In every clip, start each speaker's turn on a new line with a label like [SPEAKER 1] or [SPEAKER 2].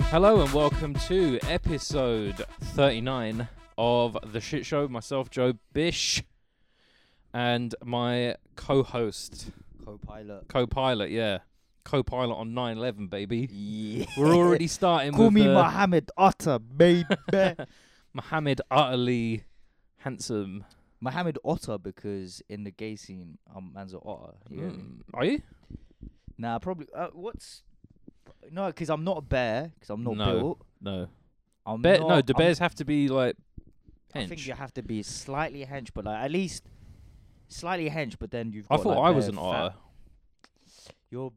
[SPEAKER 1] Hello and welcome to episode 39 of The Shit Show. Myself, Joe Bish, and my co host,
[SPEAKER 2] co-pilot.
[SPEAKER 1] co pilot, yeah, co pilot on 9 11, baby.
[SPEAKER 2] Yeah.
[SPEAKER 1] We're already starting
[SPEAKER 2] Call
[SPEAKER 1] with uh,
[SPEAKER 2] me
[SPEAKER 1] the
[SPEAKER 2] Mohammed Otter, baby.
[SPEAKER 1] Mohammed utterly handsome.
[SPEAKER 2] Mohammed Otter because in the gay scene, um, man's an otter. You get me?
[SPEAKER 1] Mm. Are you?
[SPEAKER 2] Nah, probably. Uh, what's no? Because I'm not a bear. Because I'm not
[SPEAKER 1] No.
[SPEAKER 2] built.
[SPEAKER 1] No.
[SPEAKER 2] I'm
[SPEAKER 1] Bear,
[SPEAKER 2] not,
[SPEAKER 1] no, do
[SPEAKER 2] I'm-
[SPEAKER 1] bears have to be like.
[SPEAKER 2] I think
[SPEAKER 1] Hench?
[SPEAKER 2] you have to be slightly hench, but like at least slightly hench. But then you've.
[SPEAKER 1] I
[SPEAKER 2] Got
[SPEAKER 1] thought
[SPEAKER 2] like
[SPEAKER 1] I was
[SPEAKER 2] bear
[SPEAKER 1] an
[SPEAKER 2] fat.
[SPEAKER 1] otter.
[SPEAKER 2] You're.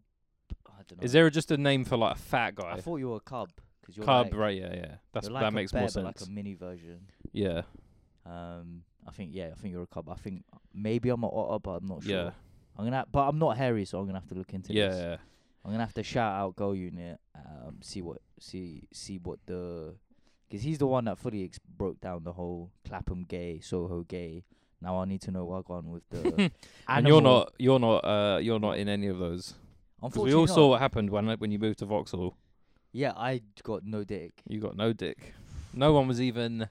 [SPEAKER 2] I don't know.
[SPEAKER 1] Is there just a name for like a fat
[SPEAKER 2] I
[SPEAKER 1] guy?
[SPEAKER 2] thought you were a cub. Cause you're
[SPEAKER 1] Cub,
[SPEAKER 2] like,
[SPEAKER 1] right? Yeah, yeah. That's
[SPEAKER 2] you're like
[SPEAKER 1] that
[SPEAKER 2] a
[SPEAKER 1] makes
[SPEAKER 2] bear,
[SPEAKER 1] more
[SPEAKER 2] but
[SPEAKER 1] sense.
[SPEAKER 2] Like a mini version.
[SPEAKER 1] yeah,
[SPEAKER 2] Um, I think yeah, I think you're a cub. I think maybe I'm an otter, but I'm not sure.
[SPEAKER 1] yeah,
[SPEAKER 2] I'm gonna, but I'm not hairy, so I'm gonna have to look into
[SPEAKER 1] yeah,
[SPEAKER 2] this.
[SPEAKER 1] yeah.
[SPEAKER 2] I'm gonna have to shout out Go Unit. Um, see what, see, see what the, because he's the one that fully ex- broke down the whole Clapham gay, Soho gay. Now I need to know what gone with the.
[SPEAKER 1] And you're
[SPEAKER 2] animal-
[SPEAKER 1] not, you're not, uh, you're not in any of those. 'Cause we
[SPEAKER 2] Unfortunately,
[SPEAKER 1] all
[SPEAKER 2] not.
[SPEAKER 1] saw what happened when when you moved to Vauxhall.
[SPEAKER 2] Yeah, I got no dick.
[SPEAKER 1] You got no dick. No one was even.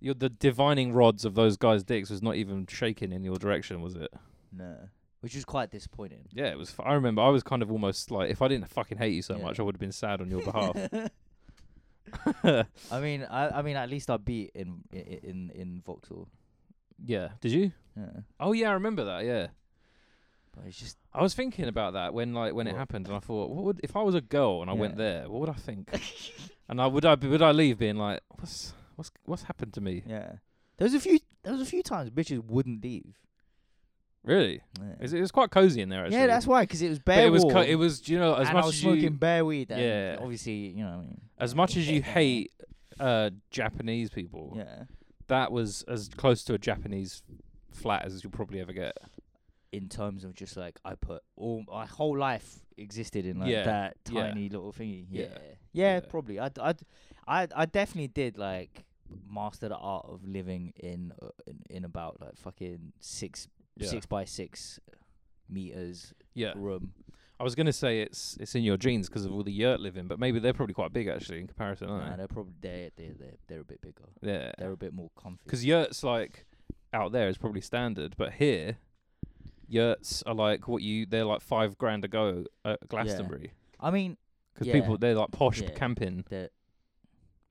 [SPEAKER 1] You're the divining rods of those guys' dicks was not even shaking in your direction, was it?
[SPEAKER 2] Nah, which is quite disappointing.
[SPEAKER 1] Yeah, it was. F- I remember I was kind of almost like, if I didn't fucking hate you so
[SPEAKER 2] Yeah.
[SPEAKER 1] much, I would have been sad on your behalf.
[SPEAKER 2] I mean, I, I mean, at least I beat in i- i- in in Vauxhall.
[SPEAKER 1] yeah. Did you?
[SPEAKER 2] Yeah,
[SPEAKER 1] Oh yeah, I remember that. Yeah.
[SPEAKER 2] but it's just
[SPEAKER 1] I was thinking about that when like when it
[SPEAKER 2] What?
[SPEAKER 1] happened, and I thought, what would if I was a girl and I went
[SPEAKER 2] Yeah.
[SPEAKER 1] there, what would I think? and I would I be- would I leave being like, what's what's what's happened to me?
[SPEAKER 2] Yeah. There was a few there was a few times bitches wouldn't leave.
[SPEAKER 1] Really?
[SPEAKER 2] Yeah,
[SPEAKER 1] Is it, it was quite cozy in there actually.
[SPEAKER 2] yeah that's why, because it was
[SPEAKER 1] But
[SPEAKER 2] bare
[SPEAKER 1] it was
[SPEAKER 2] warm,
[SPEAKER 1] co- it was do you know as
[SPEAKER 2] and I
[SPEAKER 1] much
[SPEAKER 2] was
[SPEAKER 1] as
[SPEAKER 2] smoking
[SPEAKER 1] you
[SPEAKER 2] bare weed. And
[SPEAKER 1] Yeah.
[SPEAKER 2] Obviously, you know what I mean.
[SPEAKER 1] as much as you hate uh Japanese people,
[SPEAKER 2] Yeah.
[SPEAKER 1] that was as close to a Japanese flat as you'll probably ever get.
[SPEAKER 2] In terms of just like I put all my whole life existed in like
[SPEAKER 1] Yeah,
[SPEAKER 2] that
[SPEAKER 1] yeah.
[SPEAKER 2] tiny little thingy. Yeah.
[SPEAKER 1] Yeah,
[SPEAKER 2] Yeah,
[SPEAKER 1] yeah.
[SPEAKER 2] probably. I, d- I d- I- I definitely did like master the art of living in uh, in, in about like fucking six
[SPEAKER 1] Yeah.
[SPEAKER 2] six by six meters
[SPEAKER 1] Yeah.
[SPEAKER 2] room.
[SPEAKER 1] I was gonna say it's it's in your genes because of all the yurt living, but maybe they're probably quite big actually in comparison,
[SPEAKER 2] Nah,
[SPEAKER 1] aren't
[SPEAKER 2] they're probably they they they're, they're a bit bigger.
[SPEAKER 1] they? Yeah.
[SPEAKER 2] They're a bit more comfy.
[SPEAKER 1] Because yurts like out there is probably standard, but here yurts are like what you they're like five grand a go at Glastonbury
[SPEAKER 2] I mean,
[SPEAKER 1] because
[SPEAKER 2] Yeah.
[SPEAKER 1] people they're like posh
[SPEAKER 2] Yeah.
[SPEAKER 1] camping
[SPEAKER 2] the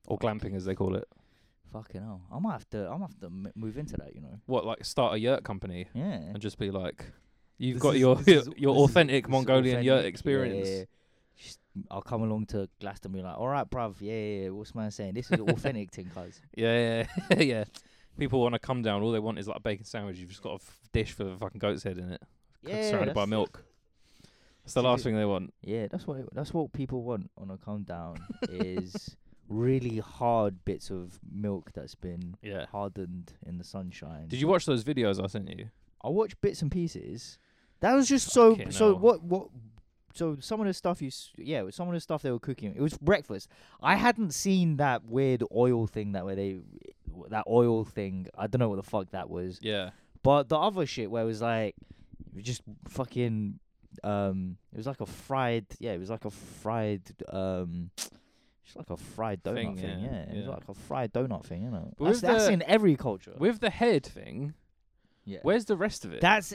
[SPEAKER 1] or glamping as they call it.
[SPEAKER 2] fucking hell. I might have to. I might have to m- move into that. You know.
[SPEAKER 1] What like start a yurt company
[SPEAKER 2] Yeah.
[SPEAKER 1] and just be like, you've
[SPEAKER 2] This
[SPEAKER 1] got
[SPEAKER 2] is-
[SPEAKER 1] your
[SPEAKER 2] this is-
[SPEAKER 1] your
[SPEAKER 2] this is-
[SPEAKER 1] authentic
[SPEAKER 2] this is
[SPEAKER 1] Mongolian yurt
[SPEAKER 2] authentic. Yeah, yeah,
[SPEAKER 1] experience.
[SPEAKER 2] yeah. Just- I'll come along to Glastonbury like, all right, bruv, yeah, yeah, yeah, what's man saying? This is authentic thing, cuz.
[SPEAKER 1] Yeah, yeah, yeah. People want to come down. All they want is like a bacon sandwich. You've just got a f- dish for a fucking goat's head in it,
[SPEAKER 2] Yeah,
[SPEAKER 1] surrounded by
[SPEAKER 2] that's-
[SPEAKER 1] milk. That's the
[SPEAKER 2] See,
[SPEAKER 1] last
[SPEAKER 2] the-
[SPEAKER 1] thing they want.
[SPEAKER 2] Yeah, that's what that's what people want on a come down is really hard bits of milk that's been
[SPEAKER 1] Yeah.
[SPEAKER 2] hardened in the sunshine.
[SPEAKER 1] Did you watch those videos I sent you?
[SPEAKER 2] I watched bits and pieces. That was just so
[SPEAKER 1] Fucking
[SPEAKER 2] so.
[SPEAKER 1] hell.
[SPEAKER 2] What what? So some of the stuff you s- yeah, with some of the stuff they were cooking. It was breakfast. I hadn't seen that weird oil thing that where they that oil thing. I don't know what the fuck that was.
[SPEAKER 1] Yeah.
[SPEAKER 2] But the other shit where it was like it was just fucking. Um, it was like a fried yeah. It was like a fried um. It's like a fried donut
[SPEAKER 1] Thing,
[SPEAKER 2] thing,
[SPEAKER 1] yeah,
[SPEAKER 2] yeah. It was
[SPEAKER 1] yeah.
[SPEAKER 2] like a fried donut thing, you know.
[SPEAKER 1] But
[SPEAKER 2] That's,
[SPEAKER 1] with
[SPEAKER 2] that's
[SPEAKER 1] the-
[SPEAKER 2] in every culture.
[SPEAKER 1] With the head thing,
[SPEAKER 2] yeah.
[SPEAKER 1] where's the rest of it?
[SPEAKER 2] That's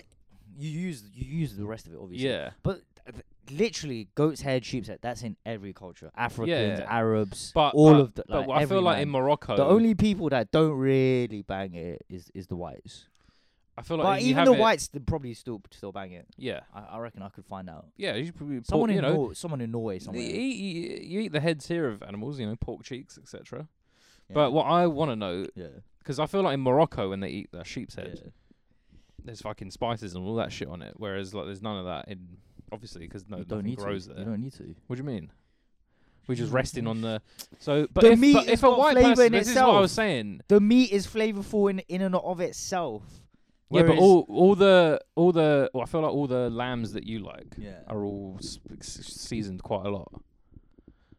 [SPEAKER 2] you use you use the rest of it obviously.
[SPEAKER 1] yeah.
[SPEAKER 2] But th- literally, goat's head, sheep's head. That's in every culture. Africans,
[SPEAKER 1] Yeah.
[SPEAKER 2] Arabs,
[SPEAKER 1] But
[SPEAKER 2] all
[SPEAKER 1] but-
[SPEAKER 2] of the. Like,
[SPEAKER 1] but I feel like in
[SPEAKER 2] everyone.
[SPEAKER 1] Morocco,
[SPEAKER 2] the only people that don't really bang it is is the whites.
[SPEAKER 1] I feel like
[SPEAKER 2] But
[SPEAKER 1] you
[SPEAKER 2] even
[SPEAKER 1] have
[SPEAKER 2] the
[SPEAKER 1] it-
[SPEAKER 2] whites, they probably still still bang it.
[SPEAKER 1] Yeah,
[SPEAKER 2] I, I reckon I could find out.
[SPEAKER 1] yeah. You should probably pork-
[SPEAKER 2] Someone
[SPEAKER 1] you
[SPEAKER 2] in
[SPEAKER 1] know, e,
[SPEAKER 2] Nor- someone in Norway
[SPEAKER 1] you
[SPEAKER 2] somewhere.
[SPEAKER 1] eat, you, you eat the heads here of animals, you know, pork cheeks, etc.
[SPEAKER 2] Yeah.
[SPEAKER 1] But what I want to know,
[SPEAKER 2] yeah,
[SPEAKER 1] because I feel like in Morocco when they eat the sheep's
[SPEAKER 2] yeah.
[SPEAKER 1] head, there's fucking spices and all that shit on it, whereas like there's none of that in obviously because no
[SPEAKER 2] you don't
[SPEAKER 1] nothing
[SPEAKER 2] need
[SPEAKER 1] grows
[SPEAKER 2] to.
[SPEAKER 1] there.
[SPEAKER 2] You don't need to.
[SPEAKER 1] What do you mean? We're just resting on the so, but
[SPEAKER 2] The
[SPEAKER 1] if,
[SPEAKER 2] meat
[SPEAKER 1] but
[SPEAKER 2] has
[SPEAKER 1] if a
[SPEAKER 2] got
[SPEAKER 1] white
[SPEAKER 2] flavour
[SPEAKER 1] person,
[SPEAKER 2] in
[SPEAKER 1] this is what I
[SPEAKER 2] itself.
[SPEAKER 1] was saying.
[SPEAKER 2] The meat is flavorful in in and of itself.
[SPEAKER 1] Yeah, but
[SPEAKER 2] Whereas-
[SPEAKER 1] all all the all the well, I feel like all the lambs that you like
[SPEAKER 2] Yeah.
[SPEAKER 1] are all s- s- seasoned quite a lot.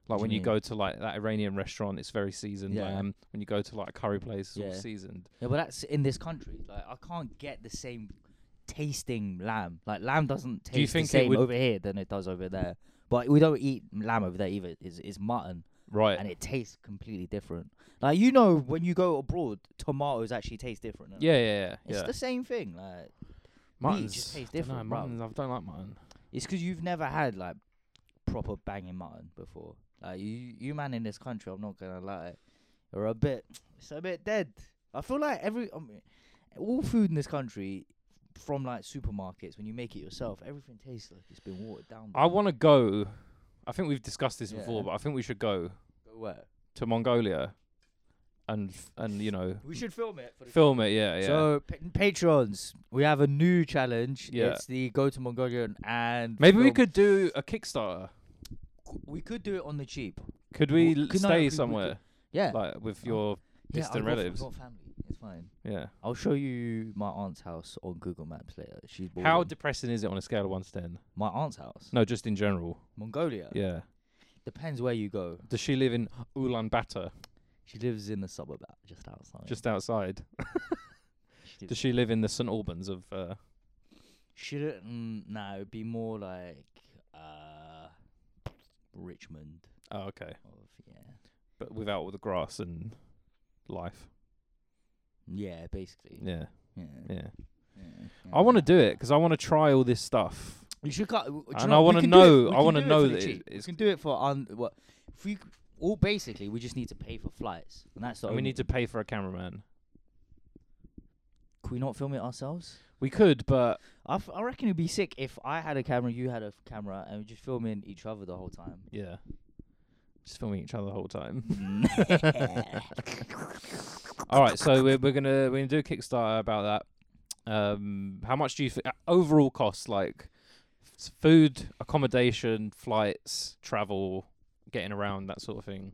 [SPEAKER 1] Like
[SPEAKER 2] do
[SPEAKER 1] when
[SPEAKER 2] you
[SPEAKER 1] you
[SPEAKER 2] mean?
[SPEAKER 1] go to like that Iranian restaurant, it's very seasoned
[SPEAKER 2] Yeah.
[SPEAKER 1] lamb. When you go to like a curry place, it's all
[SPEAKER 2] Yeah.
[SPEAKER 1] seasoned.
[SPEAKER 2] Yeah, but that's in this country. Like, I can't get the same tasting lamb. Like, lamb doesn't taste
[SPEAKER 1] Do you think it
[SPEAKER 2] the same
[SPEAKER 1] would-
[SPEAKER 2] over here than it does over there. But we don't eat lamb over there either. It's, it's mutton.
[SPEAKER 1] Right.
[SPEAKER 2] and it tastes completely different. Like you know, when you go abroad, tomatoes actually taste different. innit?
[SPEAKER 1] yeah, yeah, yeah.
[SPEAKER 2] it's
[SPEAKER 1] yeah.
[SPEAKER 2] the same thing. Like
[SPEAKER 1] Mutton's
[SPEAKER 2] just tastes
[SPEAKER 1] I dunno,
[SPEAKER 2] different, bruv.
[SPEAKER 1] mutton's- I don't like mutton.
[SPEAKER 2] it's 'cause you've never had like proper banging mutton before. Like you, you man in this country, I'm not gonna lie, are a bit, it's a bit dead. I feel like every, I mean, all food in this country, from like supermarkets, when you make it yourself, everything tastes like it's been watered down.
[SPEAKER 1] I want to go. I think we've discussed this
[SPEAKER 2] Yeah.
[SPEAKER 1] before, but I think we should go
[SPEAKER 2] Go where?
[SPEAKER 1] to Mongolia, and f- and you know
[SPEAKER 2] We should film it. For the
[SPEAKER 1] film it. Yeah, yeah.
[SPEAKER 2] So pa- Patreons, we have a new challenge.
[SPEAKER 1] Yeah.
[SPEAKER 2] It's the go to Mongolia and
[SPEAKER 1] Maybe we
[SPEAKER 2] film.
[SPEAKER 1] could do a Kickstarter.
[SPEAKER 2] we could do it on the cheap.
[SPEAKER 1] Could we
[SPEAKER 2] Well,
[SPEAKER 1] l-
[SPEAKER 2] could- no, we-
[SPEAKER 1] stay
[SPEAKER 2] we
[SPEAKER 1] somewhere
[SPEAKER 2] Yeah,
[SPEAKER 1] like with
[SPEAKER 2] Oh.
[SPEAKER 1] your
[SPEAKER 2] yeah,
[SPEAKER 1] distant
[SPEAKER 2] I've got- I've
[SPEAKER 1] relatives.
[SPEAKER 2] got family. It's fine.
[SPEAKER 1] yeah?
[SPEAKER 2] I'll show you my aunt's house on Google Maps later. She's
[SPEAKER 1] How
[SPEAKER 2] boarding.
[SPEAKER 1] depressing is it on a scale of one to ten?
[SPEAKER 2] my aunt's house,
[SPEAKER 1] No, just in general.
[SPEAKER 2] Mongolia.
[SPEAKER 1] Yeah.
[SPEAKER 2] Depends where you go.
[SPEAKER 1] Does she live in Ulaanbaatar,
[SPEAKER 2] She lives in the suburb, out- just outside.
[SPEAKER 1] just outside?
[SPEAKER 2] she,
[SPEAKER 1] Does she live in the St Albans of? Uh,
[SPEAKER 2] she didn't. No, it'd be more like uh, Richmond.
[SPEAKER 1] oh, okay.
[SPEAKER 2] Of yeah,
[SPEAKER 1] But without all the grass and life.
[SPEAKER 2] yeah, basically.
[SPEAKER 1] Yeah,
[SPEAKER 2] Yeah.
[SPEAKER 1] yeah.
[SPEAKER 2] yeah,
[SPEAKER 1] I want to
[SPEAKER 2] yeah.
[SPEAKER 1] do it because I want to try all this stuff.
[SPEAKER 2] You should cut. w- do you
[SPEAKER 1] And
[SPEAKER 2] know
[SPEAKER 1] I
[SPEAKER 2] what, we
[SPEAKER 1] wanna
[SPEAKER 2] can do it-
[SPEAKER 1] know-
[SPEAKER 2] we
[SPEAKER 1] I
[SPEAKER 2] can
[SPEAKER 1] wanna
[SPEAKER 2] do it
[SPEAKER 1] know
[SPEAKER 2] for the
[SPEAKER 1] that it-
[SPEAKER 2] cheap. we
[SPEAKER 1] it's-
[SPEAKER 2] can do it for un. What if we? c- All basically, we just need to pay for flights, and that's the.
[SPEAKER 1] and we
[SPEAKER 2] only-
[SPEAKER 1] need to pay for a cameraman.
[SPEAKER 2] Can we not film it ourselves?
[SPEAKER 1] We could, but
[SPEAKER 2] I, f- I reckon it'd be sick if I had a camera, you had a f- camera, and we just filming each other the whole time.
[SPEAKER 1] yeah, just filming each other the whole time. All right, so we're, we're gonna we're gonna do a Kickstarter about that. Um, how much do you th- overall cost? Like s- food, accommodation, flights, travel, getting around, that sort of thing.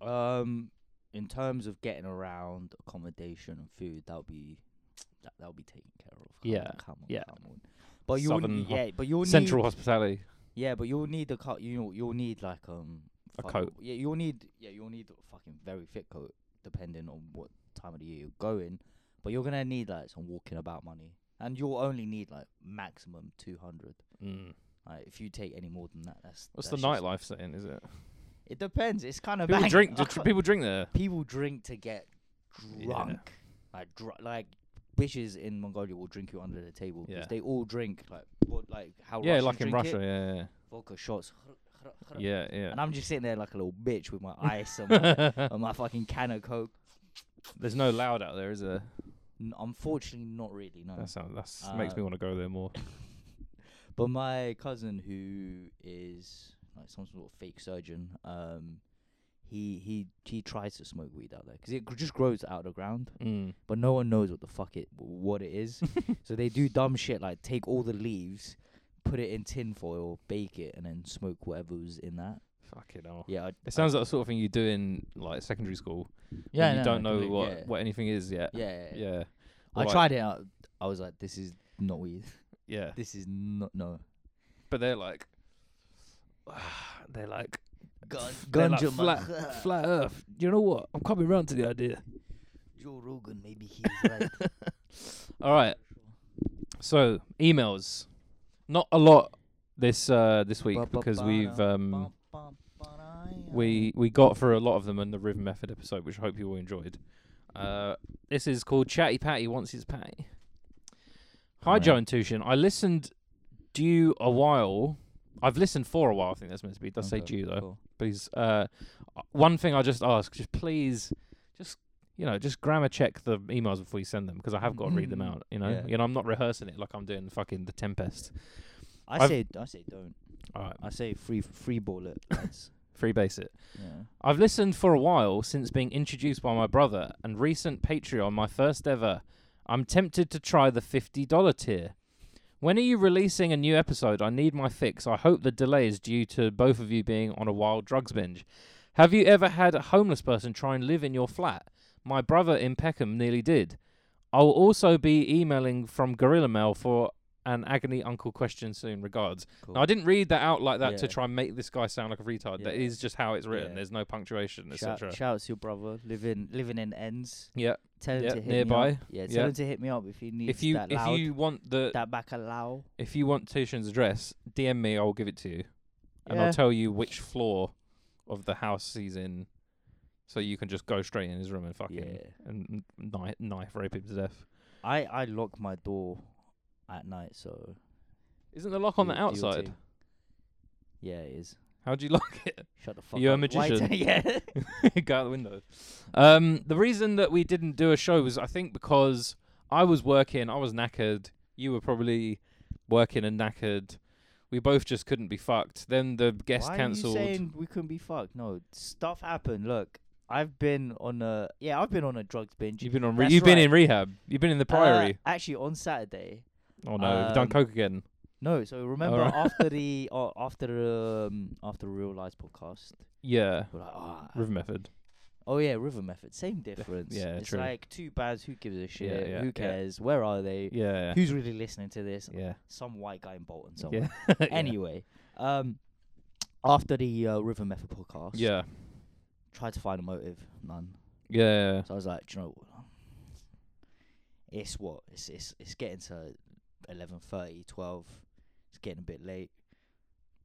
[SPEAKER 2] um, in terms of getting around, accommodation and food, that'll be that that'll be taken care of. Come
[SPEAKER 1] Yeah,
[SPEAKER 2] on, come on,
[SPEAKER 1] yeah.
[SPEAKER 2] come on. But you'll
[SPEAKER 1] Southern
[SPEAKER 2] need,
[SPEAKER 1] ho-
[SPEAKER 2] yeah, but you'll need,
[SPEAKER 1] Central hospitality.
[SPEAKER 2] Yeah, but you'll need a cut. You know, you'll need like um
[SPEAKER 1] A
[SPEAKER 2] fuck-
[SPEAKER 1] coat.
[SPEAKER 2] Yeah, you'll need yeah you'll need a fucking very thick coat depending on what time of the year you're going. But you're gonna need like some walking about money, and you'll only need like maximum two hundred.
[SPEAKER 1] Mm.
[SPEAKER 2] Like if you take any more than that, that's
[SPEAKER 1] What's
[SPEAKER 2] that's
[SPEAKER 1] the
[SPEAKER 2] just-
[SPEAKER 1] nightlife setting? Is it
[SPEAKER 2] It depends. It's kind of
[SPEAKER 1] people
[SPEAKER 2] banging.
[SPEAKER 1] drink? Do
[SPEAKER 2] I
[SPEAKER 1] tr-
[SPEAKER 2] can't-
[SPEAKER 1] people drink there?
[SPEAKER 2] people drink to get
[SPEAKER 1] Yeah.
[SPEAKER 2] drunk, like dr- like bitches in Mongolia will drink you under the table 'cause
[SPEAKER 1] Yeah.
[SPEAKER 2] they all drink like what like how
[SPEAKER 1] Yeah,
[SPEAKER 2] Russians
[SPEAKER 1] like in
[SPEAKER 2] drink it,
[SPEAKER 1] Russia. Yeah,
[SPEAKER 2] vodka shots.
[SPEAKER 1] yeah, yeah, yeah.
[SPEAKER 2] And I'm just sitting there like a little bitch with my ice and my, and my fucking can of coke.
[SPEAKER 1] There's no loud out there, is there?
[SPEAKER 2] N- unfortunately, not really. No.
[SPEAKER 1] That sounds that's makes
[SPEAKER 2] Uh,
[SPEAKER 1] me want to go there more.
[SPEAKER 2] But my cousin, who is like some sort of fake surgeon, um, he he he tries to smoke weed out there because it gr- just grows out of the ground,
[SPEAKER 1] Mm.
[SPEAKER 2] but no one knows what the fuck it what it is. so they do dumb shit like take all the leaves, put it in tin foil, bake it, and then smoke whatever's in that.
[SPEAKER 1] Fucking hell.
[SPEAKER 2] Yeah, I,
[SPEAKER 1] It sounds like the sort of thing you do in like secondary school.
[SPEAKER 2] yeah.
[SPEAKER 1] when you
[SPEAKER 2] no,
[SPEAKER 1] don't
[SPEAKER 2] no,
[SPEAKER 1] know
[SPEAKER 2] completely,
[SPEAKER 1] what
[SPEAKER 2] yeah.
[SPEAKER 1] what anything is yet.
[SPEAKER 2] Yeah, yeah, yeah.
[SPEAKER 1] Yeah.
[SPEAKER 2] I
[SPEAKER 1] Or like-
[SPEAKER 2] tried it out. I was like, this is not weed.
[SPEAKER 1] Yeah.
[SPEAKER 2] This is not no.
[SPEAKER 1] But they're like they're like
[SPEAKER 2] Gun,
[SPEAKER 1] they're like flat, flat earth. You know what? I'm coming round to the idea.
[SPEAKER 2] Joe Rogan, maybe he's right.
[SPEAKER 1] All right. So, emails. Not a lot this uh this week because we've um we we got through a lot of them in the Rhythm Method episode, which I hope you all enjoyed. Uh, this is called Chatty Patty Wants His Patty. Hi,
[SPEAKER 2] Alright.
[SPEAKER 1] Joe and Tushin. I listened to you a while. I've listened for a while. I think that's meant to be. It does say
[SPEAKER 2] Okay,
[SPEAKER 1] due though.
[SPEAKER 2] cool.
[SPEAKER 1] But he's uh, one thing I just ask, just please, just you know, just grammar check the emails before you send them because I have got to read them
[SPEAKER 2] Mm.
[SPEAKER 1] out. You know,
[SPEAKER 2] Yeah.
[SPEAKER 1] you know, I'm not rehearsing it like I'm doing fucking the Tempest.
[SPEAKER 2] I
[SPEAKER 1] I've-
[SPEAKER 2] say I say don't.
[SPEAKER 1] All right,
[SPEAKER 2] I say free free ball it. That's,
[SPEAKER 1] free base it.
[SPEAKER 2] yeah.
[SPEAKER 1] I've listened for a while since being introduced by my brother and recent Patreon, my first ever. I'm tempted to try the $50 tier. When are you releasing a new episode? I need my fix. I hope the delay is due to both of you being on a wild drugs binge. Have you ever had a homeless person try and live in your flat? My brother in Peckham nearly did. I'll also be emailing from Gorilla Mail for an agony uncle question soon. Regards.
[SPEAKER 2] Cool.
[SPEAKER 1] Now, I didn't read that out like that to
[SPEAKER 2] Yeah.
[SPEAKER 1] try and make this guy sound like a retard. That
[SPEAKER 2] Yeah.
[SPEAKER 1] is just how it's written.
[SPEAKER 2] Yeah.
[SPEAKER 1] There's no punctuation,
[SPEAKER 2] Shout,
[SPEAKER 1] etc.
[SPEAKER 2] shout out to your brother living living in ends.
[SPEAKER 1] Yeah.
[SPEAKER 2] Tell him
[SPEAKER 1] Yeah,
[SPEAKER 2] to hit Me
[SPEAKER 1] nearby.
[SPEAKER 2] up. Yeah, tell
[SPEAKER 1] Yeah.
[SPEAKER 2] him to hit me up if he needs
[SPEAKER 1] If you
[SPEAKER 2] that
[SPEAKER 1] if
[SPEAKER 2] loud,
[SPEAKER 1] you want the
[SPEAKER 2] that bacalao.
[SPEAKER 1] if you want Tushin's address, DM me. I'll give it to you, and
[SPEAKER 2] Yeah.
[SPEAKER 1] I'll tell you which floor of the house he's in, so you can just go straight in his room and fucking
[SPEAKER 2] Yeah.
[SPEAKER 1] and knife, knife rape him to death.
[SPEAKER 2] I I lock my door at night, so
[SPEAKER 1] Isn't the lock on the
[SPEAKER 2] do- do your
[SPEAKER 1] outside?
[SPEAKER 2] thing. Yeah, it is.
[SPEAKER 1] How do you lock it?
[SPEAKER 2] Shut the fuck.
[SPEAKER 1] You a
[SPEAKER 2] up. Why
[SPEAKER 1] magician?
[SPEAKER 2] do- yeah.
[SPEAKER 1] go out the window. Um, the reason that we didn't do a show was I think because I was working, I was knackered. You were probably working and knackered. We both just couldn't be fucked. Then the guest
[SPEAKER 2] Why
[SPEAKER 1] cancelled.
[SPEAKER 2] Are you saying we couldn't be fucked? No, stuff happened. Look, I've been on a yeah, I've been on a drugs binge.
[SPEAKER 1] You've been on. Re-
[SPEAKER 2] That's
[SPEAKER 1] you've been
[SPEAKER 2] right.
[SPEAKER 1] in rehab. You've been in the
[SPEAKER 2] Uh,
[SPEAKER 1] priory.
[SPEAKER 2] actually, on Saturday.
[SPEAKER 1] oh no, you've done
[SPEAKER 2] um,
[SPEAKER 1] coke again.
[SPEAKER 2] No, so remember
[SPEAKER 1] right.
[SPEAKER 2] after the uh, after um after Real Lies podcast,
[SPEAKER 1] Yeah,
[SPEAKER 2] we're like, oh,
[SPEAKER 1] River Method.
[SPEAKER 2] oh yeah, River Method, same difference.
[SPEAKER 1] yeah,
[SPEAKER 2] it's
[SPEAKER 1] true.
[SPEAKER 2] like two bands. Who gives a shit?
[SPEAKER 1] yeah, yeah.
[SPEAKER 2] who cares? Where are they?
[SPEAKER 1] Yeah,
[SPEAKER 2] Who's really listening to this?
[SPEAKER 1] yeah,
[SPEAKER 2] Some white guy in Bolton somewhere.
[SPEAKER 1] yeah.
[SPEAKER 2] Anyway, um, after the uh, River Method podcast,
[SPEAKER 1] yeah,
[SPEAKER 2] tried to find a motive, none.
[SPEAKER 1] yeah,
[SPEAKER 2] So I was like, Do you know, what? it's what it's it's it's getting to 11:30, 12. It's getting a bit late.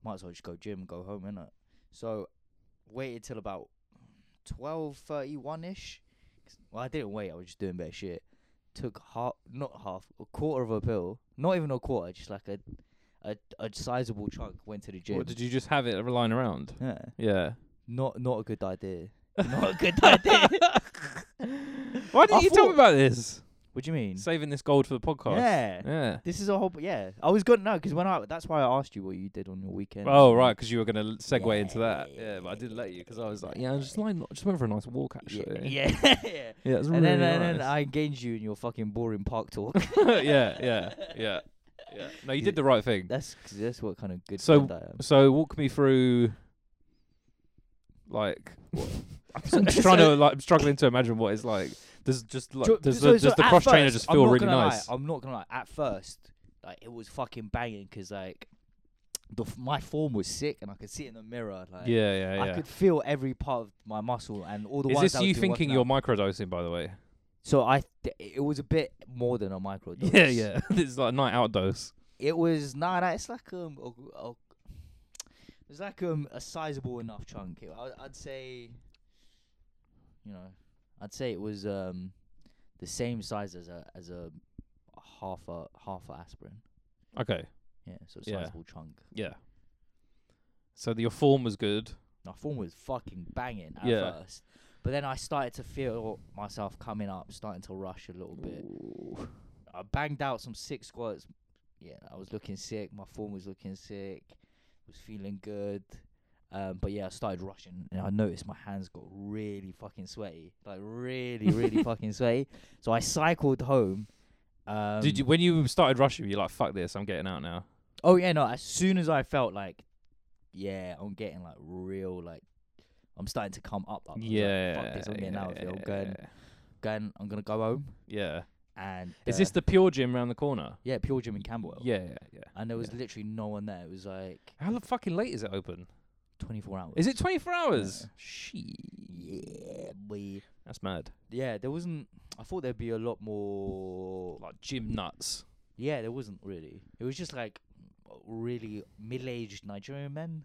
[SPEAKER 2] Might as well just go gym and go home, innit? So waited till about 12:31 ish. Well, I didn't wait. I was just doing better shit. Took half, not half, a quarter of a pill. Not even a quarter, just like a a a sizable chunk. Went to the
[SPEAKER 1] yeah.
[SPEAKER 2] gym.
[SPEAKER 1] What did you just have it lying around?
[SPEAKER 2] yeah.
[SPEAKER 1] Yeah.
[SPEAKER 2] Not not a good idea. not a good idea.
[SPEAKER 1] Why didn't
[SPEAKER 2] I
[SPEAKER 1] you tell
[SPEAKER 2] thought-
[SPEAKER 1] me about this?
[SPEAKER 2] What do you mean?
[SPEAKER 1] Saving this gold for the podcast.
[SPEAKER 2] Yeah.
[SPEAKER 1] Yeah.
[SPEAKER 2] This is a whole. Yeah, I was good now because when I that's why I asked you what you did on your weekend.
[SPEAKER 1] Oh right, 'cause you were gonna l- segue into
[SPEAKER 2] Yeah,
[SPEAKER 1] that. Yeah, but I didn't let you 'cause I was like, yeah, I just like just went for a nice walk
[SPEAKER 2] Yeah,
[SPEAKER 1] actually.
[SPEAKER 2] yeah. yeah.
[SPEAKER 1] yeah it's really
[SPEAKER 2] And then, and then
[SPEAKER 1] nice.
[SPEAKER 2] I engaged you in your fucking boring park talk.
[SPEAKER 1] yeah, yeah, yeah, yeah. No, you
[SPEAKER 2] Yeah.
[SPEAKER 1] did the right thing.
[SPEAKER 2] that's 'cause that's what kind of good
[SPEAKER 1] So-
[SPEAKER 2] friend I am.
[SPEAKER 1] So walk me through, like, I'm just trying to
[SPEAKER 2] So-
[SPEAKER 1] like, I'm struggling to imagine what it's like. Does just like
[SPEAKER 2] So-
[SPEAKER 1] does
[SPEAKER 2] so-
[SPEAKER 1] the,
[SPEAKER 2] so
[SPEAKER 1] does the
[SPEAKER 2] at
[SPEAKER 1] cross trainer
[SPEAKER 2] first,
[SPEAKER 1] just
[SPEAKER 2] I'm
[SPEAKER 1] feel
[SPEAKER 2] not
[SPEAKER 1] really
[SPEAKER 2] gonna lie,
[SPEAKER 1] nice?
[SPEAKER 2] I'm not gonna lie. At first, like it was fucking banging 'cause like the f- my form was sick and I could see it in the mirror. Like,
[SPEAKER 1] yeah, yeah,
[SPEAKER 2] I
[SPEAKER 1] yeah.
[SPEAKER 2] could feel every part of my muscle and all the
[SPEAKER 1] Is
[SPEAKER 2] ones.
[SPEAKER 1] this
[SPEAKER 2] that I
[SPEAKER 1] you
[SPEAKER 2] was doing working
[SPEAKER 1] thinking
[SPEAKER 2] out.
[SPEAKER 1] you're microdosing, by the way?
[SPEAKER 2] So I, th- it was a bit more than a micro.
[SPEAKER 1] Yeah, yeah. this is like a night out dose.
[SPEAKER 2] It was nah, nah it's like um, a, a, it's like um a sizable enough chunk. It- I, I'd say, you know, I'd say it was um the same size as a as a half a half a aspirin.
[SPEAKER 1] Okay,
[SPEAKER 2] Yeah, so a
[SPEAKER 1] Yeah.
[SPEAKER 2] sizable chunk.
[SPEAKER 1] yeah. So the, your form was good.
[SPEAKER 2] My form was fucking banging at
[SPEAKER 1] Yeah.
[SPEAKER 2] first, but then I started to feel myself coming up, starting to rush a little bit. I banged out some sick squats. Yeah, I was looking sick. My form was looking sick. Was feeling good. Um, but yeah, I started rushing, and I noticed my hands got really fucking sweaty, like really, really fucking sweaty. So I cycled home. Um,
[SPEAKER 1] Did you when you started rushing? You're like, fuck this, I'm getting out now.
[SPEAKER 2] Oh yeah, no. As soon as I felt like, yeah, I'm getting like real, like I'm starting to come up. up. I was like,
[SPEAKER 1] yeah,
[SPEAKER 2] fuck this, I'm getting out of here. I'm
[SPEAKER 1] yeah,
[SPEAKER 2] going, going. I'm gonna go home.
[SPEAKER 1] Yeah.
[SPEAKER 2] And
[SPEAKER 1] Is
[SPEAKER 2] uh,
[SPEAKER 1] this the pure gym round the corner?
[SPEAKER 2] yeah, Pure Gym in Camberwell?
[SPEAKER 1] Yeah, yeah, yeah.
[SPEAKER 2] and there was
[SPEAKER 1] yeah.
[SPEAKER 2] literally no one there. It was like
[SPEAKER 1] How the fucking late is it open?
[SPEAKER 2] 24 hours.
[SPEAKER 1] Is it 24 hours?
[SPEAKER 2] Yeah.
[SPEAKER 1] She.
[SPEAKER 2] Yeah, we.
[SPEAKER 1] That's mad.
[SPEAKER 2] Yeah, there wasn't. I thought there'd be a lot more.
[SPEAKER 1] Like gym nuts.
[SPEAKER 2] Yeah, there wasn't really. It was just like really middle-aged Nigerian men,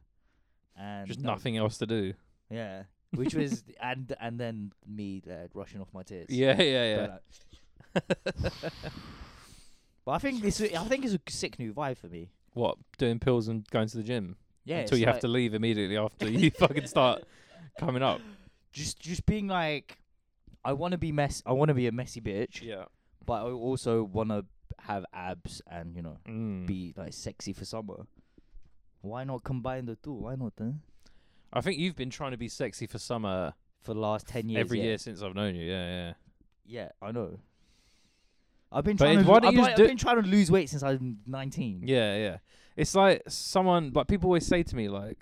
[SPEAKER 2] and um,
[SPEAKER 1] Just
[SPEAKER 2] that was-
[SPEAKER 1] nothing else to do.
[SPEAKER 2] Yeah, which was and and then me uh, rushing off my tears.
[SPEAKER 1] Yeah, yeah,
[SPEAKER 2] But, uh,
[SPEAKER 1] yeah.
[SPEAKER 2] like- but I think this. I think it's a sick new vibe for me.
[SPEAKER 1] What? Doing pills and going to the gym
[SPEAKER 2] Yeah,
[SPEAKER 1] until
[SPEAKER 2] it's
[SPEAKER 1] you
[SPEAKER 2] like-
[SPEAKER 1] have to leave immediately after you fucking start coming up.
[SPEAKER 2] just just being like, I want to be mess. I want to be a messy bitch.
[SPEAKER 1] Yeah.
[SPEAKER 2] but I also want to have abs and you know
[SPEAKER 1] Mm.
[SPEAKER 2] be like sexy for summer. Why not combine the two? Why not? eh? Huh?
[SPEAKER 1] I think you've been trying to be sexy for summer
[SPEAKER 2] For the last ten years,
[SPEAKER 1] every
[SPEAKER 2] yeah.
[SPEAKER 1] year since I've known you. Yeah, yeah.
[SPEAKER 2] Yeah, I know. I've been
[SPEAKER 1] But
[SPEAKER 2] trying.
[SPEAKER 1] it-
[SPEAKER 2] To,
[SPEAKER 1] why
[SPEAKER 2] why
[SPEAKER 1] don't
[SPEAKER 2] I've,
[SPEAKER 1] you
[SPEAKER 2] been-
[SPEAKER 1] just
[SPEAKER 2] I've
[SPEAKER 1] do-
[SPEAKER 2] been trying to lose weight since I'm 19.
[SPEAKER 1] Yeah, yeah. It's like someone like people always say to me like,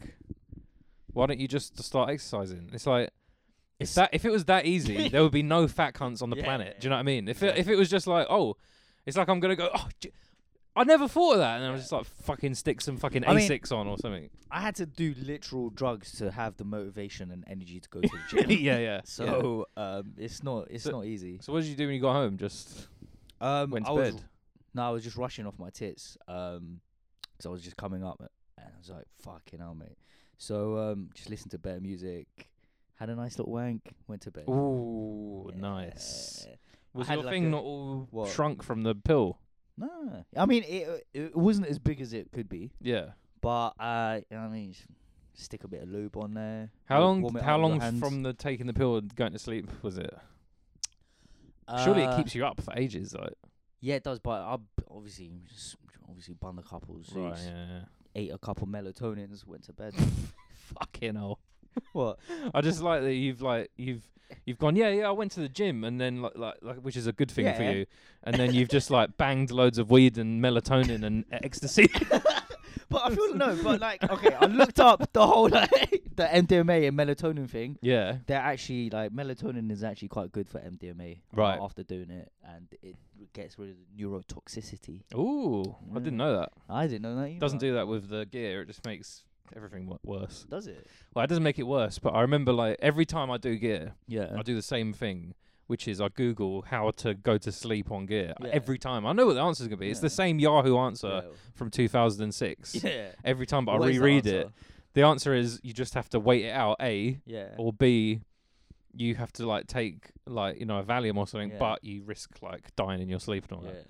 [SPEAKER 1] "Why don't you just start exercising?" It's like if
[SPEAKER 2] It's-
[SPEAKER 1] that if it was that easy, there would be no fat cunts on the
[SPEAKER 2] Yeah,
[SPEAKER 1] planet. Do you know what I mean? If it,
[SPEAKER 2] exactly.
[SPEAKER 1] if it was just like, oh, it's like I'm gonna go. Oh, j- I never thought of that, and I was just like, fucking stick some fucking
[SPEAKER 2] I mean-
[SPEAKER 1] Asics on or something.
[SPEAKER 2] I had to do literal drugs to have the motivation and energy to go to the gym.
[SPEAKER 1] yeah, yeah. yeah.
[SPEAKER 2] So um, it's not it's
[SPEAKER 1] So-
[SPEAKER 2] not easy.
[SPEAKER 1] so what did you do when you got home? Just
[SPEAKER 2] Um,
[SPEAKER 1] went
[SPEAKER 2] I
[SPEAKER 1] to
[SPEAKER 2] was-
[SPEAKER 1] bed.
[SPEAKER 2] no, I was just rushing off my tits. Um 'cause I was just coming up and I was like, "Fucking hell, mate!" So um, just listened to better music. Had a nice little wank. Went to bed.
[SPEAKER 1] Ooh, nice.
[SPEAKER 2] Yeah.
[SPEAKER 1] Was
[SPEAKER 2] had
[SPEAKER 1] your
[SPEAKER 2] like
[SPEAKER 1] thing
[SPEAKER 2] a-
[SPEAKER 1] not all
[SPEAKER 2] What?
[SPEAKER 1] shrunk from the pill?
[SPEAKER 2] No, I mean it. It wasn't as big as it could be,
[SPEAKER 1] Yeah.
[SPEAKER 2] but uh, I mean, s- stick a bit of lube on there.
[SPEAKER 1] How
[SPEAKER 2] wa-
[SPEAKER 1] long?
[SPEAKER 2] warm it
[SPEAKER 1] How
[SPEAKER 2] up with your
[SPEAKER 1] long
[SPEAKER 2] hands.
[SPEAKER 1] from the taking the pill and going to sleep was it? Surely
[SPEAKER 2] Uh,
[SPEAKER 1] it keeps you up for ages, though.
[SPEAKER 2] Yeah, it does. But I b- obviously, s- obviously, bun the couple. So
[SPEAKER 1] Right.
[SPEAKER 2] s-
[SPEAKER 1] Yeah, yeah.
[SPEAKER 2] Ate a couple melatonins. Went to bed.
[SPEAKER 1] Fucking hell.
[SPEAKER 2] what?
[SPEAKER 1] I just like that you've like you've you've gone yeah yeah I went to the gym and then like like, like which is a good thing for
[SPEAKER 2] Yeah.
[SPEAKER 1] you and then you've just like banged loads of weed and melatonin and e-, ecstasy.
[SPEAKER 2] But I feel no. But like, okay, I looked up the whole like the MDMA and melatonin thing.
[SPEAKER 1] yeah.
[SPEAKER 2] They're actually like melatonin is actually quite good for MDMA. uh,
[SPEAKER 1] Right.
[SPEAKER 2] After doing it, and it gets rid of the neurotoxicity.
[SPEAKER 1] Ooh, I didn't know that.
[SPEAKER 2] I didn't know that. Either.
[SPEAKER 1] Doesn't do that with the gear. It just makes everything wo- worse.
[SPEAKER 2] Does it?
[SPEAKER 1] Well, it doesn't make it worse, but I remember like every time I do gear,
[SPEAKER 2] Yeah.
[SPEAKER 1] I do the same thing, which is I Google how to go to sleep on gear
[SPEAKER 2] Yeah.
[SPEAKER 1] every time. I know what the answer's gonna be. It's
[SPEAKER 2] Yeah.
[SPEAKER 1] the same Yahoo answer from 2006
[SPEAKER 2] yeah.
[SPEAKER 1] every time, uh, but
[SPEAKER 2] What
[SPEAKER 1] I
[SPEAKER 2] is the
[SPEAKER 1] reread it.
[SPEAKER 2] answer?
[SPEAKER 1] The answer is you just have to wait it out, A,
[SPEAKER 2] Yeah.
[SPEAKER 1] or B, you have to like take like, you know, a Valium or something,
[SPEAKER 2] Yeah.
[SPEAKER 1] but you risk like dying in your sleep and all
[SPEAKER 2] yeah.
[SPEAKER 1] that.